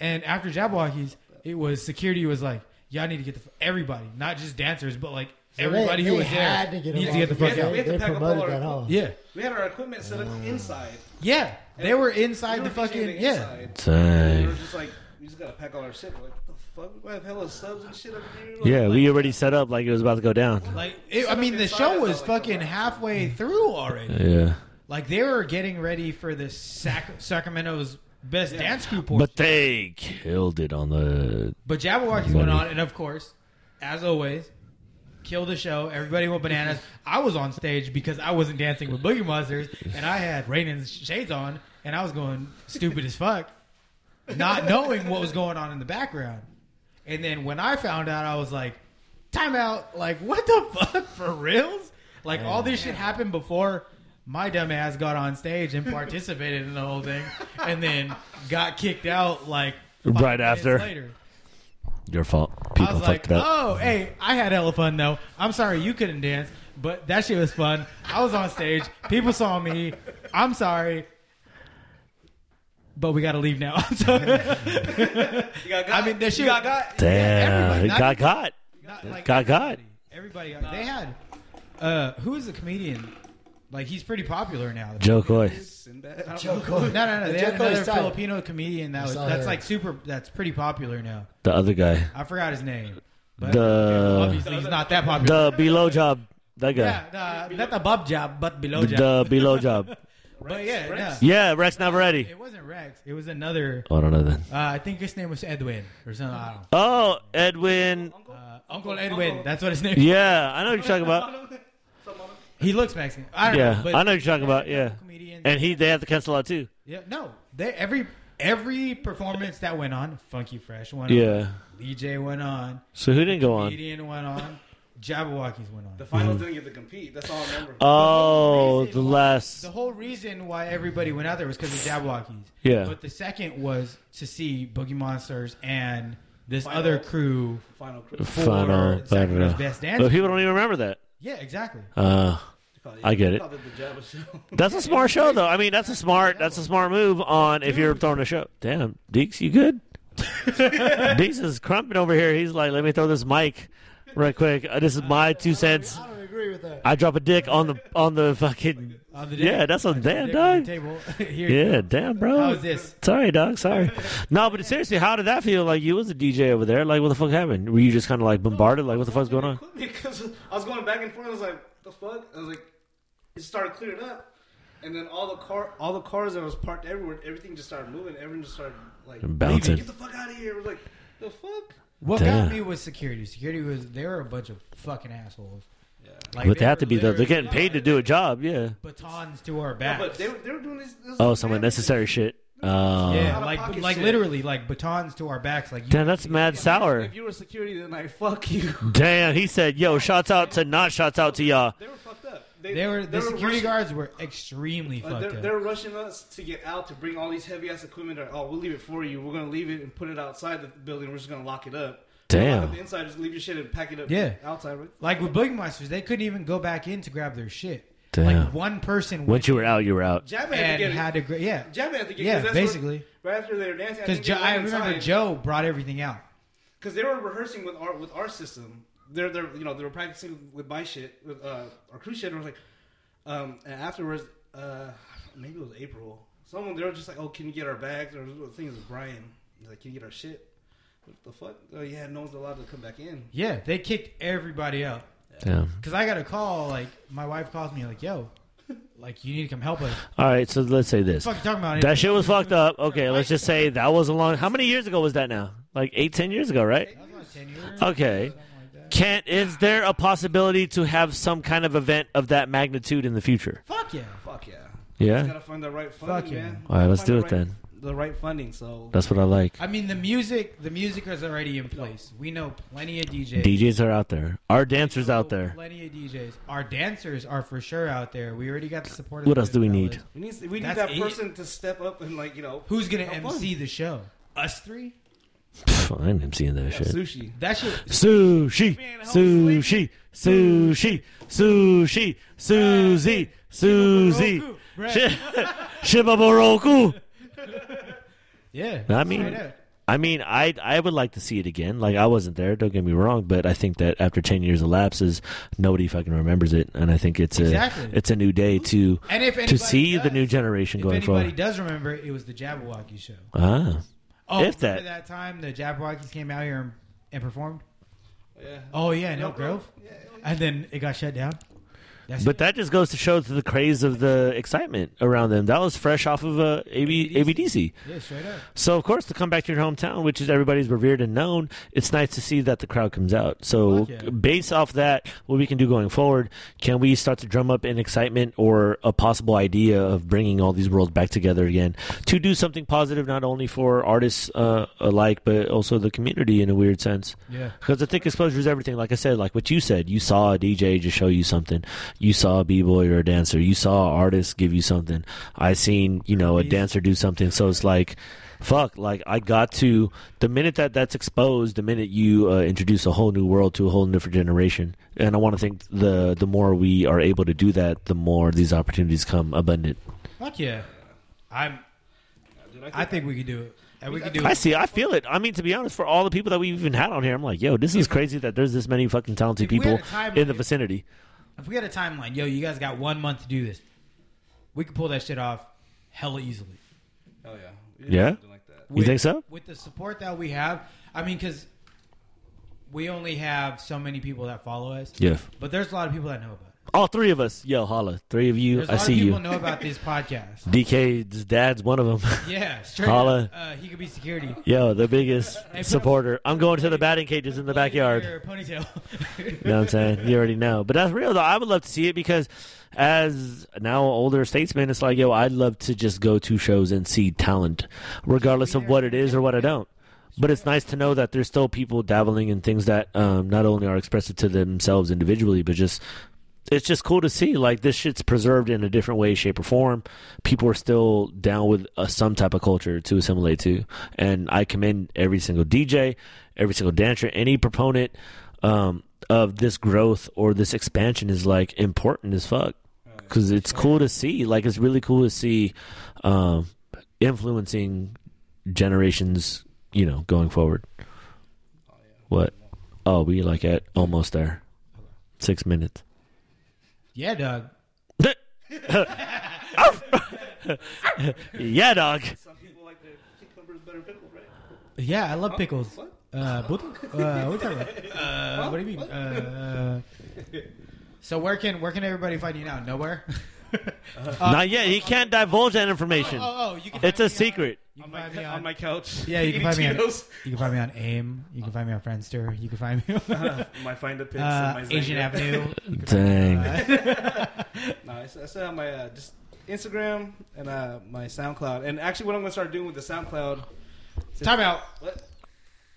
S4: and after Jabberwockies, it was security was like, y'all need to get the f- everybody, not just dancers, but like
S2: So they-
S4: everybody who
S2: they
S4: was there
S2: had to get
S4: needs
S2: them
S4: to get the
S2: off.
S4: fuck
S3: Yeah,
S4: out.
S3: we had to
S2: They
S3: pack up
S2: promoted
S3: all our-
S2: that home.
S4: Yeah,
S3: We had our equipment set
S1: Uh,
S3: up inside.
S4: yeah, they were inside
S3: We
S4: the
S3: were DJing
S4: fucking yeah.
S3: inside.
S1: Dang.
S3: We were just like, we just gotta pack all our shit. We're like, what the fuck? We have hella subs and shit up here.
S1: Yeah,
S3: Like,
S1: we already set up like it was about to go down.
S4: Like it, I
S3: Set up
S4: mean, the
S3: inside,
S4: show
S3: it's not
S4: was
S3: like the
S4: fucking
S3: rest.
S4: halfway through already.
S1: Yeah.
S4: Like they were getting ready for the Sac- Sacramento's best
S3: Yeah.
S4: dance group.
S1: But they killed it on the.
S4: But Jabberwockies went
S1: Buddy.
S4: on, and of course, as always, killed the show. Everybody went
S1: [LAUGHS]
S4: bananas. I was on stage because I wasn't dancing with Boogie Monsters, and I had rain and shades on, and I was going stupid as fuck, not knowing what was going on in the background. And then when I found out, I was like, timeout. Like, what the [LAUGHS] fuck? For reals? Like, all this shit happened before my dumb ass got on stage and participated in the whole thing and then got kicked out like five
S1: Right
S4: minutes
S1: after.
S4: later.
S1: Your fault.
S4: I
S1: People
S4: was
S1: fucked
S4: like,
S1: it up.
S4: oh, hey, I had hella fun though. I'm sorry you couldn't dance, but that shit was fun. I was on stage. People saw me. I'm sorry. But we gotta leave now. [LAUGHS] I'm sorry.
S3: You got
S4: I mean, that shit.
S3: You got got.
S1: Damn.
S4: "Oh, everybody-
S1: It got caught.
S4: Not like
S1: Got caught.
S4: everybody. Everybody got. They had. Uh, who is the comedian? Like he's pretty popular now.
S1: Joe Coy.
S3: Sinbad. I don't [LAUGHS] know.
S4: No, no, no. They
S2: Joe Coy's
S4: had another
S2: tight.
S4: Filipino comedian that was
S2: saw
S4: that's
S2: her.
S4: like super. That's pretty popular now.
S1: The other guy.
S4: I forgot his name, but
S1: The.
S4: obviously he's not that popular.
S1: The below job. That guy.
S4: Yeah, the, not the Bob job, but below job.
S1: The below
S4: [LAUGHS]
S1: job.
S4: but yeah,
S3: Rex.
S4: no.
S1: Yeah, Rex Navaretti.
S4: it wasn't Rex. It was another.
S1: Oh, I don't know then.
S4: Uh, I think his name was Edwin or something. I don't
S1: Oh, Edwin.
S4: know. Uh, Uncle Edwin. That's what his name. is.
S1: Yeah, I know what you're talking
S3: [LAUGHS]
S1: about.
S3: Some other-
S4: [LAUGHS] He looks Mexican. I don't
S1: Yeah,
S4: know. But
S1: I know what you're talking about. Yeah.
S4: Comedians.
S1: And he, they had to cancel out too.
S4: yeah, no, they every every performance that went on, Funky Fresh went on.
S1: Yeah.
S4: DJ went on.
S1: So who didn't go on?
S4: Comedian went on. Jabberwockies went on.
S3: The
S1: Mm.
S3: finals didn't get to compete. That's all I remember.
S1: Oh,
S4: reason
S1: the
S4: why-
S1: last.
S4: The whole reason why everybody went out there was because of Jabberwockies.
S1: Yeah.
S4: But the second was to see Boogie Monsters and this
S3: Final.
S4: other crew.
S3: Final crew.
S1: Final.
S4: Sacramento's
S1: final.
S4: best dance.
S1: But people don't even remember that.
S4: Yeah, exactly.
S1: Uh,
S3: They called
S1: I get
S3: they
S1: it.
S3: called the
S1: [LAUGHS]
S3: Jabba show.
S1: that's a smart show, though. I mean, that's a smart, that's a smart move on if you're throwing a show. Damn, Deeks, you
S4: [LAUGHS]
S1: good? Deeks is crumping over here. He's like, let me throw this mic right quick. Uh, This is my two cents.
S2: I don't agree with that.
S1: I drop a dick on the on the fucking.
S4: On Uh, the
S1: Yeah,
S4: day-
S1: that's a
S4: on the
S1: damn
S4: day
S1: dog.
S4: Table. [LAUGHS] Here you
S1: Yeah,
S4: go.
S1: damn, bro.
S4: How is this?
S1: Sorry, dog. Sorry. No, but seriously, how did that feel? Like you was a DJ over there. Like, what the fuck happened? Were you just kind of like bombarded? Like, what the fuck's going on?
S3: [LAUGHS] Quit me, 'cause I was going back and forth. I was like, the fuck? I was like, it started clearing up, and then all the car, all the cars that was parked everywhere, everything just started moving. Everyone just started like
S1: And bouncing.
S3: leaving. Get the fuck out of here! It was like, the fuck?
S4: What
S1: Damn.
S4: got me was security. Security was they were a bunch of fucking assholes.
S3: Yeah.
S4: Like,
S1: But they have
S4: were
S1: to be though. They're getting
S4: literally
S1: paid to do a job. Yeah.
S4: Batons to our
S3: No,
S4: back.
S3: but they, were- they were doing this. this
S1: Oh,
S3: was
S1: some
S3: bad.
S1: unnecessary shit. Uh,
S4: yeah,
S3: Out of
S4: like
S3: pocket
S4: like
S3: shit.
S4: literally like batons to our backs. Like you
S1: Damn, that's mad sour.
S3: If you were security, then I fuck you. [LAUGHS]
S1: Damn, he said, "Yo, shots out to not shots out to y'all."
S3: They were fucked up.
S4: They were the security
S3: rushing-
S4: guards were extremely
S3: Like,
S4: fucked
S3: Uh, they're,
S4: up.
S3: they're rushing us to get out to bring all these heavy ass equipment. Or, oh, we'll leave it for you. We're gonna leave it and put it outside the building. We're just gonna lock it up. We'll
S1: Damn.
S3: Lock up the inside, just leave your shit and pack it up.
S4: Yeah.
S3: Outside.
S4: like with Boogie Monsters, they couldn't even go back in to grab their shit.
S1: Damn.
S4: Like one person
S1: Once you were out, you were out.
S3: Jabman had
S4: and
S3: to get
S4: had
S3: it.
S4: to gra- yeah
S3: Jabman had to get. 'cause
S4: yeah
S3: that's
S4: basically
S3: Where, right after they were dancing.
S4: because I remember Joe brought everything out.
S3: because they were rehearsing with our with our system. They're they're you know they were practicing with my shit with uh, our crew shit. And I was like, um, and afterwards, uh, maybe it was April. Someone they were just like, oh, can you get our bags? Or I think it was Brian. He's like, can you get our shit? What the fuck? Oh yeah, no one's allowed to come back in.
S4: Yeah, they kicked everybody out.
S1: Yeah.
S4: Cause I got a call, like my wife calls me, like, "Yo, like you need to come help us."
S1: All right, so let's say this.
S4: Fuck you talking about?
S1: That shit was fucked up. Okay, let's just say that was a long. How many years ago was that now? Like eight, ten years ago, right?
S4: That was like ten years.
S1: Okay.
S4: something like that.
S1: Can is there a possibility to have some kind of event of that magnitude in the future?
S4: Fuck yeah.
S3: Fuck yeah. Just
S1: Yeah,
S3: gotta find the right funding,
S4: Fuck yeah.
S3: man.
S1: All right, let's
S3: Find the
S1: do it
S3: right-
S1: then.
S3: The right funding, so
S1: that's what I like.
S4: I mean, the music, the music is already in place. We know plenty of DJs.
S1: DJs are out there. Our dancers
S4: We know
S1: out there.
S4: Plenty of DJs. Our dancers are for sure out there. We already got the support. of
S1: What
S4: the
S1: else do we
S4: fellas.
S1: need?
S3: we need we need
S4: That's
S3: that
S4: eight.
S3: person to step up and like you know
S4: Who's gonna
S3: Have
S4: MC the show? Us three.
S1: Pff, I am seeing that
S3: yeah,
S1: shit.
S3: sushi.
S4: That shit.
S1: Sushi,
S3: Man, homie,
S1: sushi, sushi, sushi, Susie, Susie,
S4: Bread.
S1: Shi- [LAUGHS] Shibaboroku.
S4: Yeah.
S1: I mean-
S4: straight up.
S1: I mean, I I would like to see it again. Like I wasn't there. Don't get me wrong, but I think that after ten years elapses, nobody fucking remembers it, and I think it's a
S4: Exactly.
S1: it's a new day to
S4: and if
S1: to
S4: anybody
S1: see the
S4: does-
S1: new generation
S4: If
S1: going
S4: anybody
S1: forward.
S4: does remember, it was the Jabberwocky show.
S1: Ah,
S4: Oh,
S1: If that-
S4: remember that time the Jabberwockies came out here and, and performed.
S3: Yeah.
S4: Oh yeah, in Elk Grove,
S3: Yeah. hell yeah.
S4: and then it got shut down. That's
S1: but that just goes to show to the craze of the excitement around them. That was fresh off of uh, AB, ABDC.
S4: yeah, straight up.
S1: So of course, to come back to your hometown, which is everybody's revered and known, it's nice to see that the crowd comes out. So
S4: Fuck yeah.
S1: based off that, what we can do going forward, can we start to drum up an excitement or a possible idea of bringing all these worlds back together again to do something positive, not only for artists uh, alike, but also the community in a weird sense.
S4: Yeah.
S1: Because I think exposure is everything. Like I said, like what you said, you saw a DJ just show you something. You saw a b boy or a dancer. You saw an artist give you something. I seen you know a dancer do something. So it's like, fuck. Like I got to the minute that that's exposed, the minute you uh, introduce a whole new world to a whole different generation. And I want to think the the more we are able to do that, the more these opportunities come abundant.
S4: Fuck yeah. I'm.
S3: Dude,
S4: I think we could do it. And we could do
S1: I
S4: it.
S1: see. I feel it. I mean, to be honest, for all the people that we even had on here, I'm like, yo, this is crazy that there's this many fucking talented
S4: If we had
S1: people
S4: a timeline-
S1: in the vicinity.
S4: If we got a timeline, yo, you guys got one month to do this. We could pull that shit off hella easily.
S3: Oh yeah. We
S1: Yeah?
S3: did something Like that.
S1: You think so?
S4: With the support that we have, I mean, because we only have so many people that follow us.
S1: Yeah.
S4: But there's a lot of people that know about it.
S1: All three of us. Yo, holla. Three of you.
S4: There's a
S1: I
S4: lot
S1: see
S4: of people
S1: you.
S4: know
S1: [LAUGHS]
S4: about this podcast.
S1: DK's dad's one of them.
S4: Yeah, straight
S1: Holla.
S4: up. Uh, he could be security.
S1: [LAUGHS] Yo, the biggest
S4: Hey, put-
S1: supporter. I'm going to the batting cages in the backyard.
S4: Your ponytail. [LAUGHS]
S1: You know what I'm saying? You already know. But that's real, though. I would love to see it because as now an older statesman, it's like, yo, I'd love to just go to shows and see talent, regardless of what it is or what I don't. But it's nice to know that there's still people dabbling in things that um, not only are expressive to themselves individually, but just it's just cool to see like this shit's preserved in a different way shape or form people are still down with uh, some type of culture to assimilate to and i commend every single dj every single dancer any proponent um, of this growth or this expansion is like important as fuck because it's cool to see like it's really cool to see um, influencing generations you know going forward what oh we like at almost there six minutes
S4: yeah, dog.
S1: [LAUGHS] yeah, dog.
S3: Some people like their cucumbers better pickled, right?
S4: Yeah, I love pickles.
S3: What?
S4: Uh, but, uh, what, are you talking
S3: [LAUGHS]
S4: about? Uh, what do you mean? Uh, so where can where can everybody find you now? Nowhere.
S1: [LAUGHS]
S4: Uh,
S1: Not yet. He can't divulge that information.
S4: oh, oh, you can.
S1: It's
S4: find me
S1: a
S4: on-
S1: secret.
S4: you
S3: On
S4: can
S3: my,
S4: find me
S3: on
S4: on.
S3: my couch.
S4: [LAUGHS] Yeah, you can find me [LAUGHS] on.
S3: eating Cheetos.
S4: You can find me on AIM. You can find me on Friendster. You can find me on
S3: [LAUGHS] my find a pics
S4: [LAUGHS] uh,
S3: and my
S4: Asian
S3: Xanga.
S4: Avenue.
S1: [LAUGHS] Dang.
S4: Uh,
S3: [LAUGHS] No, I s- I still have my uh, just Instagram and uh, my SoundCloud. And actually, what I'm gonna start doing with the SoundCloud.
S4: time out.
S3: What?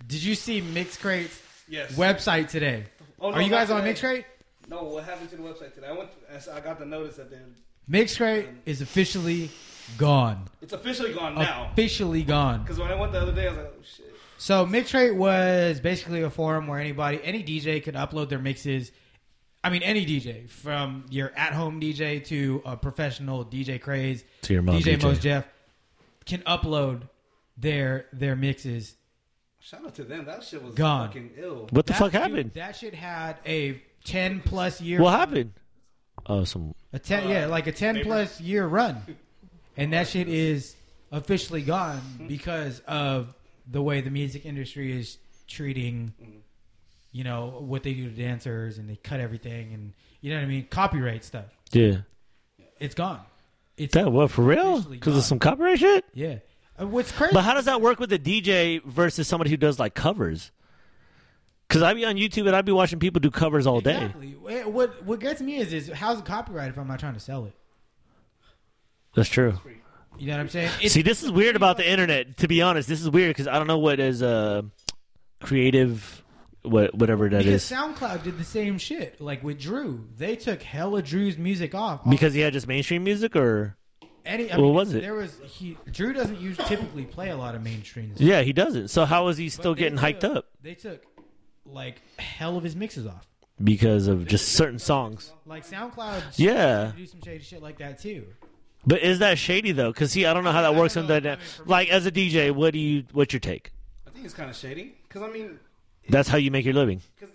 S4: Did you see Mixcrate's
S3: Yes.
S4: website today?
S3: Oh, no,
S4: Are you
S3: not
S4: guys on
S3: today.
S4: Mixcrate?
S3: No, what happened to the website today? I went. I s- I got the notice that they're-
S4: Mixcrate is officially gone.
S3: it's officially gone
S4: Oh.
S3: now.
S4: Officially gone.
S3: Because when I went the other day, I was like, oh, shit.
S4: So Mixrate was basically a forum where anybody, any DJ could upload their mixes. I mean, any DJ, from your at-home DJ to a professional DJ craze,
S1: To your mom,
S4: DJ,
S1: DJ.
S4: Mos Jeff, can upload their their mixes.
S3: Shout out to them. That shit was
S4: Gone.
S3: fucking ill.
S1: What the
S4: That-
S1: fuck
S4: dude,
S1: happened?
S4: that shit had a ten plus year.
S1: What happened? Oh, some.
S4: A ten, yeah, like a ten
S3: Paper.
S4: plus year run, and that shit is officially gone because of the way the music industry is treating, you know, what they do to dancers and they cut everything and you know what I mean, copyright stuff.
S1: Yeah.
S4: It's gone. It's
S1: That what for real?
S4: Officially
S1: Because of
S4: gone.
S1: some copyright shit.
S4: yeah. Uh, what's crazy?
S1: But how does that work with a DJ versus somebody who does like covers? Because I'd be on YouTube and I'd be watching people do covers all day.
S4: Exactly. Wha- What what gets me is is how's it copyright if I'm not trying to sell it?
S1: That's true.
S4: You know what I'm saying? It's,
S1: See, this is weird about the internet. To be honest, this is weird because I don't know what is uh, creative, what whatever that
S4: because
S1: is,
S4: SoundCloud did the same shit. Like with Drew, they took hella Drew's music off.
S1: because he had just mainstream music or
S4: any, I
S1: Well,
S4: mean,
S1: was it?
S4: There was he Drew doesn't usually typically play a lot of mainstream. Stuff,
S1: yeah, he doesn't. So how is he
S4: but
S1: still
S4: they
S1: getting hyped
S4: took-
S1: up
S4: They took like hell of his mixes off.
S1: because of just certain songs?
S4: Like SoundCloud,
S1: Yeah.
S4: do some shady shit like that too.
S1: But is that shady though? Because see, I don't know how that works.
S4: don't
S1: In
S4: know.
S1: the,
S4: I mean, for me-
S1: like as a DJ, what do you? What's your take?
S3: I think it's kind of shady because I mean,
S1: That's how you make your living.
S3: because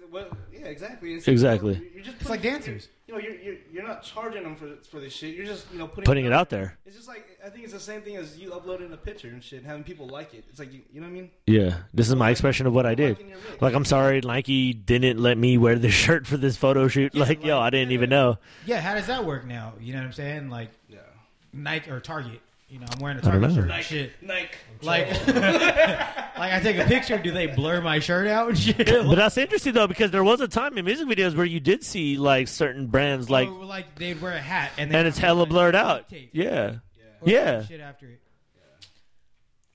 S3: yeah, exactly. It's,
S1: Exactly.
S3: You're just
S4: It's like
S3: putting-
S4: dancers.
S3: You know, you're, you're you're not charging them for for this shit. You're just you know putting
S1: Putting it out there.
S3: It's just like I think it's the same thing as you uploading a picture and shit, and having people like it. It's like you, you know what I mean?
S1: Yeah, this is my expression of what I did. Like, I'm sorry, Nike didn't let me wear this [LAUGHS] shirt for this photo shoot. Like, yo, I didn't even know.
S4: Yeah, how does that work now? You know what I'm saying? Like
S3: Yeah.
S4: Nike or Target. You know, I'm wearing a
S1: don't
S4: Target
S1: know.
S4: shirt. and
S3: Nike,
S4: Shit.
S3: Nike.
S4: Like, [LAUGHS] like I take a picture. Do they blur my shirt out and shit? Like,
S1: But that's interesting though, because there was a time in music videos where you did see like certain brands, like,
S4: or, like they'd wear a hat and they
S1: and it's hella blurred out.
S4: Tape.
S1: Yeah,
S4: Or
S1: Yeah.
S4: shit after it.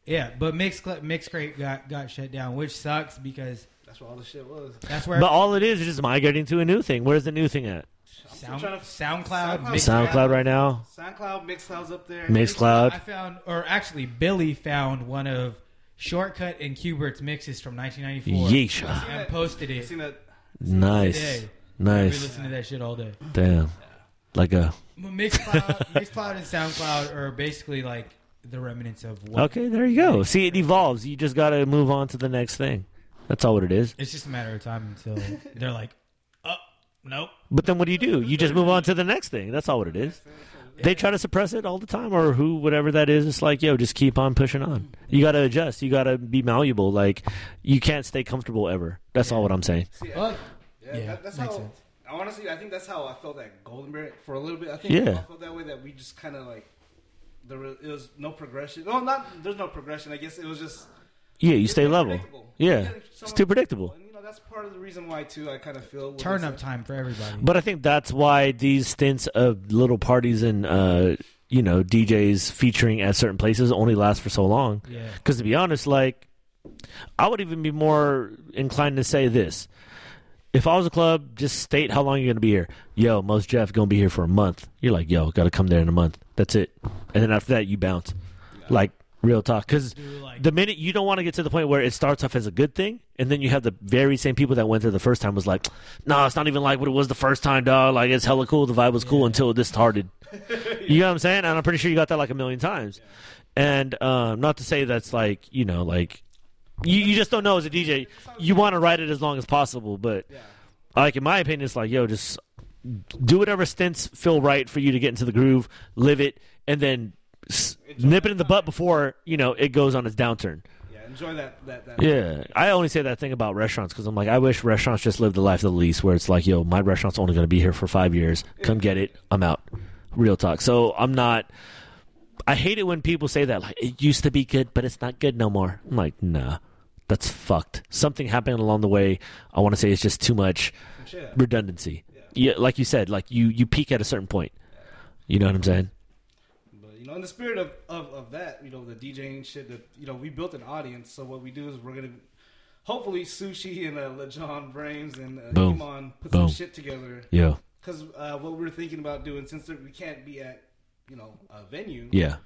S4: Yeah, but mix mix crate got got shut down, which sucks because
S3: That's what all the shit was.
S4: that's where
S1: but all it is is just migrating to a new thing. Where's the new thing at?
S4: Sound,
S3: trying to-
S4: SoundCloud,
S3: SoundCloud.
S4: Mix-
S1: SoundCloud right now,
S3: SoundCloud, Mixcloud's up there.
S4: I
S1: Mixcloud.
S4: found, or actually, Billy found one of Shortcut and Cubert's mixes from 1994
S1: Yeesh,
S4: and posted
S3: You
S4: it.
S3: seen that?
S1: nice,
S4: Today, we
S1: nice,
S4: listened to that shit all day.
S1: damn, like a [LAUGHS]
S4: But Mixcloud, Mixcloud, and SoundCloud are basically like the remnants of what.
S1: okay. There you go. See, it evolves. You just got to move on to the next thing. That's all what it is.
S4: It's just a matter of time until they're like, oh, nope.
S1: But then what do you do? You just move on to the next thing. That's all what it is. They try to suppress it all the time, or who, whatever that is. It's like, yo, just keep on pushing on. You got to adjust. You got to be malleable. Like, you can't stay comfortable ever. That's all what I'm saying.
S3: See,
S4: Fuck.
S3: Yeah,
S4: Yeah,
S3: that, that's
S4: makes
S3: how.
S4: sense.
S3: I honestly, I think that's how I felt at Golden Bear for a little bit. I think
S1: Yeah.
S3: I felt that way that we just kind of like there was, it was no progression. No, not there's no progression. I guess it was just
S1: Yeah, you
S3: it's
S1: stay
S3: too
S1: level.
S3: predictable. You
S1: Yeah,
S3: gotta-
S1: it's
S3: someone-
S1: too predictable.
S3: And you know that's part of the reason why too. I kind of feel with
S4: Turn
S3: this-
S4: up time for everybody.
S1: But I think that's why these stints of little parties and, uh, you know, DJs featuring at certain places only last for so long.
S4: yeah.
S1: Because to be honest, like, I would even be more inclined to say this. If I was a club, just state how long you're going to be here. Yo, most Jeff going to be here for a month. You're like, yo, got to come there in a month. That's it. And then after that, you bounce. Like, real talk. Because
S4: Do, like-
S1: the minute you don't want to get to the point where it starts off as a good thing, and then you have the very same people that went there the first time was like, nah, it's not even like what it was the first time, dog. Like, it's hella cool. The vibe was cool until this started. You know what I'm saying? And I'm pretty sure you got that like a million times. And um, not to say that's like, you know, like you, you just don't know as a DJ. You want to write it as long as possible, but
S3: Yeah.
S1: like in my opinion, it's like, yo, just do whatever stints feel right for you to get into the groove, live it, and then s- nip it in the butt before you know it goes on its downturn.
S3: uh, Yeah, enjoy that. That. that
S1: Yeah, I only say that thing about restaurants because I'm like, I wish restaurants just lived the life of the lease, where it's like, yo, my restaurant's only going to be here for five years. Come get it. I'm out. Real talk. So I'm not. I hate it when people say that. Like it used to be good, but it's not good no more. I'm like, nah, that's fucked. Something happened along the way. I want to say it's just too much
S3: some shit.
S1: redundancy. Yeah, like you said, like you you peak at a certain point. You know what I'm saying?
S3: But you know, in the spirit of, of, of that, you know, the DJing shit that you know, we built an audience. So what we do is we're gonna hopefully sushi and uh, LeJon Brames and uh,
S1: Boom.
S3: Iman put
S1: Boom.
S3: some shit together
S1: Yeah,
S3: because uh, what we're thinking about doing since there- we can't be at you know a venue.
S1: yeah.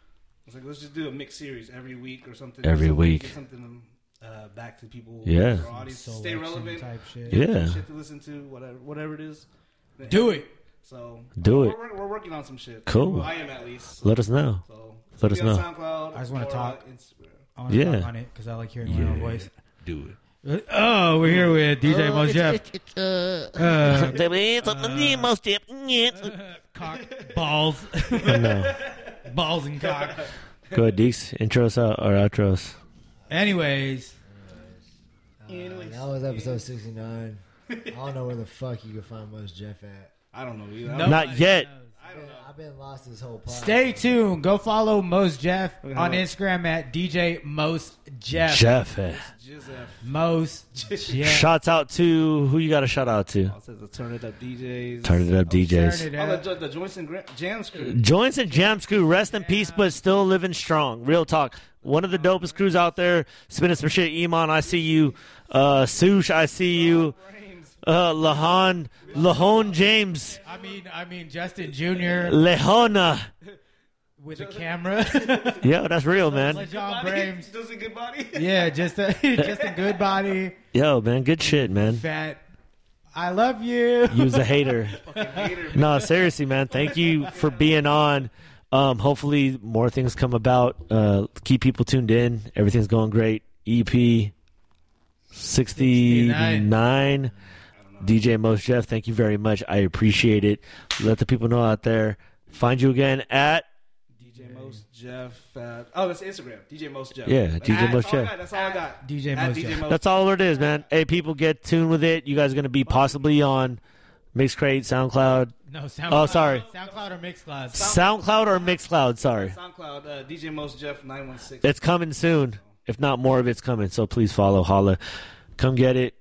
S3: It's like let's just do a mixed series every week or something.
S1: Every
S3: Something-
S1: week.
S3: Get something uh, back to people.
S1: Yeah.
S3: our audience
S4: Soul
S3: stay
S4: action
S3: relevant.
S4: Type shit.
S1: Yeah.
S3: Shit to listen to, whatever, whatever it is.
S4: Do it.
S3: So
S1: Do
S3: we're,
S1: it.
S3: We're, we're working on some shit.
S1: Cool.
S3: I am at least.
S1: Let us know.
S3: So
S1: Let us
S3: be on
S1: know.
S3: SoundCloud,
S4: I just wanna
S3: or, uh,
S4: talk.
S3: Instagram.
S4: I want to
S1: Yeah.
S4: talk on it because I like hearing my own voice.
S1: Do it.
S4: Oh, we're here with DJ
S2: Uh,
S4: Mos
S2: it's-
S4: Jeff.
S2: it's- it's, uh,
S1: [LAUGHS]
S4: Uh,
S1: No.
S4: cock balls, balls and cock.
S1: Go ahead, Deeks. Intros out or outros?
S4: Anyways,
S2: Uh, that was episode 69. I don't know where the fuck you can find Most Jeff at.
S3: I don't know either.
S4: nobody
S1: Not yet.
S4: knows.
S3: I don't
S2: Man,
S3: know.
S2: I've been lost this whole podcast.
S4: Stay tuned. Go follow Mos Jeff
S3: Okay,
S4: on
S3: hold on.
S4: Instagram at DJ Mos uh, Jeff.
S1: Jeff. eh.
S3: Just uh,
S4: Mos Jeff.
S1: Shouts out to who you got a shout out to?
S3: I'll say the turn it up DJs.
S1: Turn it up, Mm. DJs.
S4: Turn it
S3: Oh, the,
S4: up.
S3: jo- the Joints and Gra- Jams crew.
S1: Joints and Jam Crew, rest in peace, but still living strong. Real talk. One of the dopest crews out there, spinning some shit. Iman, I see you. Uh, Sush, I see you.
S4: [LAUGHS]
S1: Uh, Lahan, Lahon James,
S4: I mean, I mean Justin Jr.
S1: Lehona.
S4: with a camera. [LAUGHS]
S1: Yo, that's real, man.
S4: John
S3: [LAUGHS]
S4: Brames.
S3: Does a good body.
S4: [LAUGHS] Yeah, just a just a good body,
S1: Yo, man, good shit, man.
S4: fat. I love you.
S1: You was a hater. No, seriously, man. Thank you for being on. Um, hopefully, more things come about. Uh, keep people tuned in. Everything's going great. E EP 69. DJ Most Jeff, thank you very much. I appreciate it. Let the people know out there. Find you again at
S3: DJ Most Jeff. Uh, oh, that's Instagram. DJ Most Jeff.
S1: Yeah, DJ
S3: that's
S1: Most
S3: all I
S1: Jeff.
S3: got, That's all I got.
S4: DJ
S3: At
S4: Most
S3: DJ
S4: Jeff.
S3: Most.
S1: that's all it is, man. Hey, people, get tuned with it. You guys are going to be possibly on Mixcrate, SoundCloud,
S4: No, SoundCloud.
S1: Oh, sorry.
S4: SoundCloud or Mixcloud.
S1: SoundCloud or Mixcloud. Sorry,
S3: SoundCloud. Uh, DJ Most Jeff nine one six.
S1: It's coming soon. If not, more of it's coming. So please follow, holla, come get it.